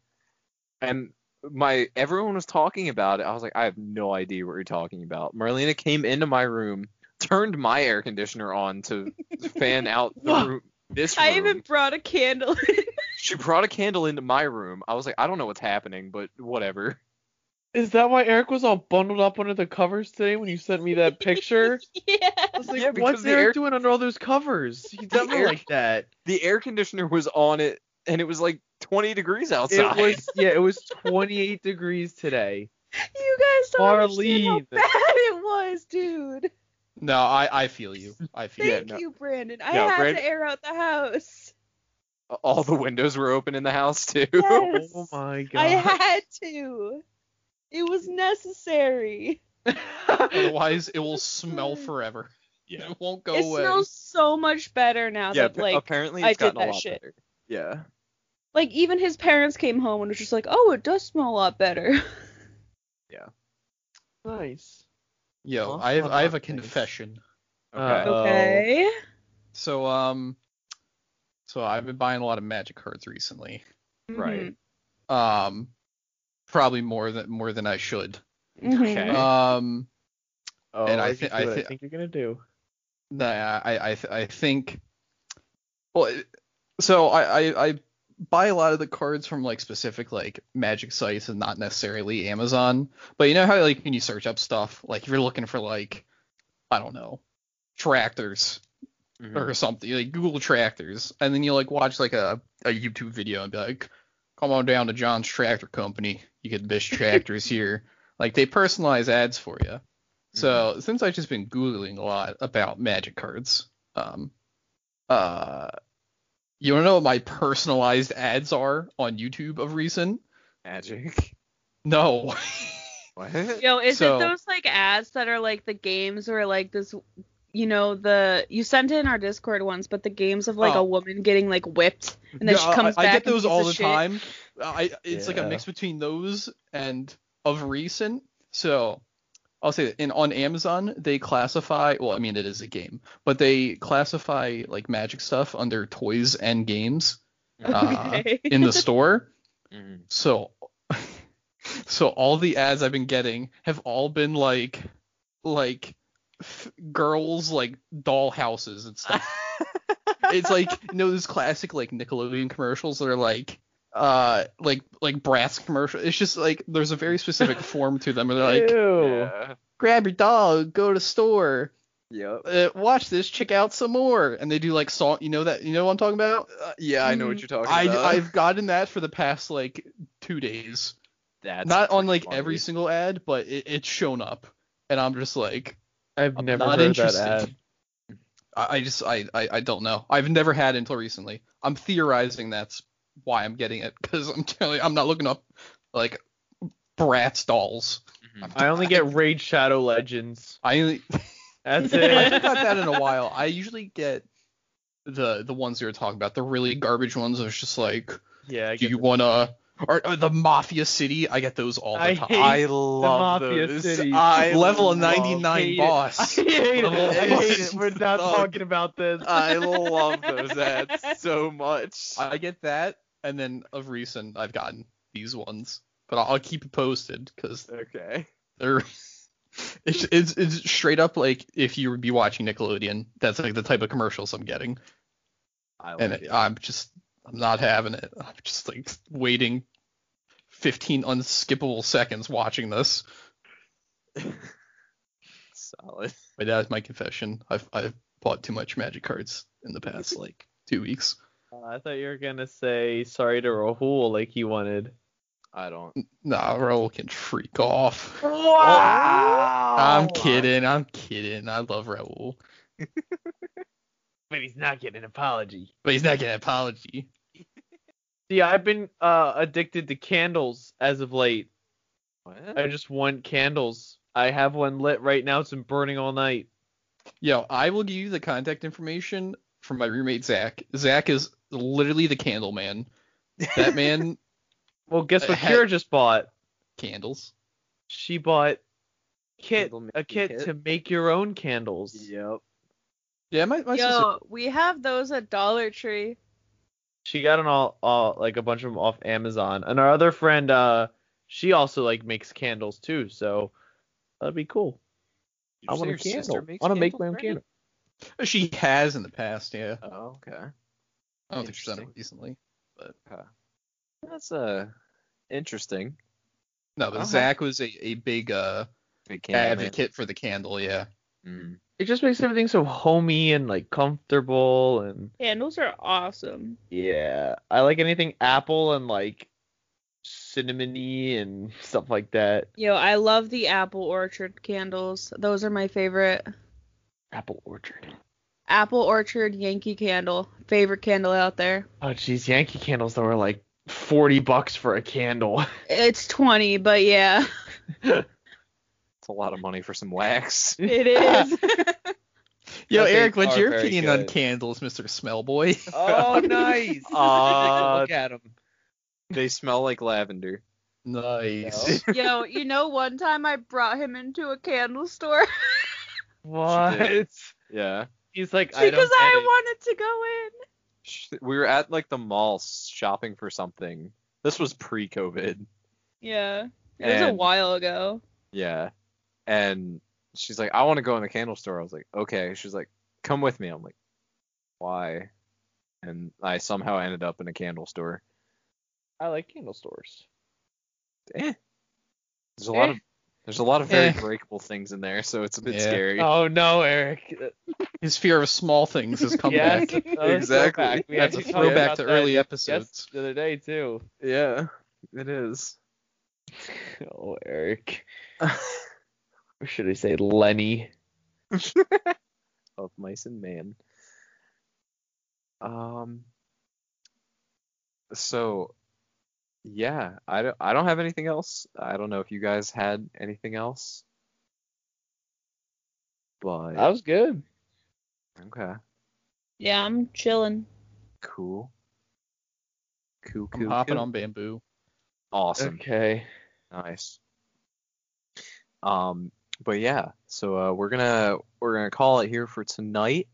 And my everyone was talking about it. I was like, I have no idea what you're talking about. Marlena came into my room, turned my air conditioner on to fan out the
Whoa.
room. This room.
I even brought a candle.
She brought a candle into my room. I was like, I don't know what's happening, but whatever.
Is that why Eric was all bundled up under the covers today when you sent me that picture?
yeah.
I was like,
Yeah, because
what's
the
Eric
air-
doing under all those covers? He's never
air-
like that.
The air conditioner was on it, and it was like 20 degrees outside.
It was yeah, it was 28 degrees today.
You guys don't understand how
Marlene.
bad it was, dude.
No, I, I feel you. I feel
Thank
you.
no.
you, Brandon. I
No,
had
Brand-
to air out the house.
All the windows were open in the house too.
Yes.
Oh my god.
I had to. It was necessary.
Otherwise, it will smell forever. It won't go
it
away.
smells so much better now
Yeah.
that like
apparently,
I
it's
did
gotten a
that
lot
shit.
better. Yeah.
like even his parents came home and was just like, "Oh, it does smell a lot better."
nice.
Yo,
Huh?
I have I have a
Nice.
confession.
Okay.
Uh,
oh,
Okay.
So um, so I've been buying a lot of magic cards recently.
Right.
Um, probably more than more than I should.
Mm-hmm.
Okay.
Um,
Oh,
And I
see
thi- I
what
thi-
think you're gonna do.
Nah, I I th- I think. Well, it- so I, I I buy a lot of the cards from like specific like Magic sites and not necessarily Amazon. But you know how like when you search up stuff, like if you're looking for like I don't know tractors
Mhm.
or something like Google tractors, and then you like watch like a a YouTube video and be like, come on down to John's Tractor Company. You get the best tractors here. Like they personalize ads for you. So since I've just been googling a lot about magic cards, um, uh, you wanna know what my personalized ads are on YouTube of recent?
Magic.
No.
What?
Yo, is
So-
it those like ads that are like the games where like this, you know, the you sent it in our Discord once, but the games of like
Oh.
a woman getting like whipped and then
No,
she comes
I,
back.
I get
and
those
beats
all
the
the
shit.
time. I it's like
Yeah.
a mix between those and of recent. So I'll say that in on Amazon they classify well, I mean it is a game, but they classify like magic stuff under toys and games uh,
Okay.
in the store.
Mhm.
So so all the ads I've been getting have all been like like f- girls like doll houses and stuff it's like you know those classic like Nickelodeon commercials that are like uh like like brass commercial. It's just like there's a very specific form to them. Where they're like,
Oh.
Ew.
oh.
Yeah.
grab your dog, go to store,
Yep.
uh, watch this, check out some more, and they do like song. You know that you know what I'm talking about?
Uh, yeah, I know what
Mhm.
you're talking
I
about.
I've gotten that for the past like two days.
That's
Not on
pretty
like
funny.
every single ad, but it, it's shown up, and I'm just like
I've
I'm
never
not
heard
interested.
that ad.
I, I just I, I I don't know. I've never had it until recently. I'm theorizing that's why I'm getting it because I'm telling you, I'm not looking up like Bratz dolls.
Mhm.
I only get Raid Shadow Legends.
I only
That's
I
it.
haven't got that in a while. I usually get the the ones you were talking about, the really garbage ones. It's just like,
yeah. I
do
get
you
the-
wanna or, or the Mafia City? I get those all the
I
time.
hate
I love
Mafia
those.
City.
I
level
love
of 99
hate it.
boss.
I hate it. I hate it. We're not
Thug.
talking about this.
I love those ads so much.
I get that, and then of recent I've gotten these ones, but I'll, I'll keep it posted because
okay.
They're it's, it's it's straight up like if you would be watching Nickelodeon, that's like the type of commercials I'm getting,
I love
and
it.
I'm just I'm not having it. I'm just like waiting 15 unskippable seconds watching this.
Solid.
But that is my confession. I've I've bought too much Magic cards in the past like two weeks.
Uh, I thought you were gonna say sorry to Rahul like he wanted.
I don't.
Mm. Nah, Raul can freak off.
Wow.
I'm kidding. I'm kidding. I love Raul,
But he's not getting an apology.
but he's not getting an apology.
See, I've been uh, addicted to candles as of late.
What?
I just want candles. I have one lit right now. It's been burning all night.
Yo, I will give you the contact information from my roommate Zach. Zach is literally the candle man. That man
Well, guess what?
I had-
Kira just bought.
candles.
She bought kit
Candle
a
making
kit,
kit.
to make your own candles.
Yep.
Yeah, my, my sister.
Yo, we have those at Dollar Tree.
She got an all, all like a bunch of them off Amazon. And our other friend, uh, she also like makes candles too. So that'd be cool.
Did
I
you say
want a
your sister
candle.
makes
I want to make
candles
my own
already?
candle.
oh, She has in the past. Yeah,
Oh, okay.
I don't think she's done it
Interesting.
recently.
That's uh interesting.
No, but
Uh-huh.
Zach was a, a big uh
Big candle man.
advocate for the candle. Yeah.
Mm.
It just makes everything so homey and like comfortable and
Candles are awesome.
yeah. I like anything apple and like cinnamony and stuff like that.
Yo, I love the apple orchard candles. Those are my favorite.
Apple orchard.
Apple orchard Yankee candle, favorite candle out there.
Oh jeez, Yankee candles though are like forty bucks for a candle.
It's 20, but yeah,
It's a lot of money for some wax.
it is.
Yo,
Okay,
Eric, what's
are
your
very
opinion on
good.
candles, Mister Smellboy?
Oh nice.
Uh,
Look at 'em.
they smell like lavender.
nice.
Yo, you know, one time I brought him into a candle store
What?
Yeah.
He's like, I
because
don't
I,
get it.
wanted to go in.
Sh- We were at like the mall shopping for something. This was pre-COVID.
Yeah, it was a
And-
while ago.
Yeah. And she's like, I want to go in the candle store. I was like, okay. She's like, come with me. I'm like, why? And I somehow ended up in a candle store.
I like candle stores.
Eh. There's a lot
Eh.
of There's a lot of very
Eh.
breakable things in there, so it's a bit
Yeah.
scary.
Oh no, Eric.
His fear of small things has come
yes. that
back.
was a
Exactly.
throwback. We
That's a
actually talked
throwback
about
to
that
early
yes-
episodes.
the other day too.
Yeah, it is.
Oh, Eric. Or should I say Lenny?
of mice and man. Um. So, yeah, I don't, I don't have anything else. I don't know if you guys had anything else. But
That was good.
okay,
Yeah, I'm chilling.
cool. Cool,
I'm
cool,
hopping
cool.
on bamboo.
Awesome.
Okay.
Nice. Um, but yeah, so uh, we're gonna we're gonna call it here for tonight.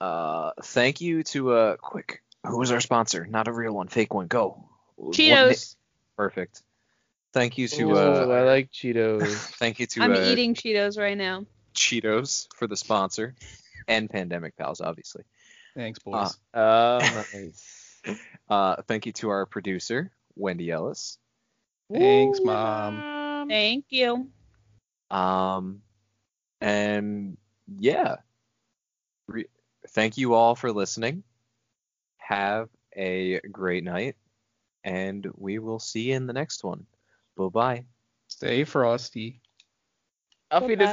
Uh, thank you to uh, quick. Who is our sponsor? Not a real one, fake one. Go. One hit-
Cheetos.
perfect. Thank you to
Ooh, I
uh,
like Cheetos.
thank you to
I'm
uh,
eating Cheetos right now.
Cheetos for the sponsor, and Pandemic Pals, obviously.
Thanks, boys.
Ah.
oh, nice.
Uh, thank you to our producer Wendy Ellis.
Thanks,
Ooh,
Mom.
Thank you.
Um, and yeah, Re- thank you all for listening. Have a great night, and we will see you in the next one. Bye bye.
Stay frosty.
Auf
Bye-bye.
Wiedersehen.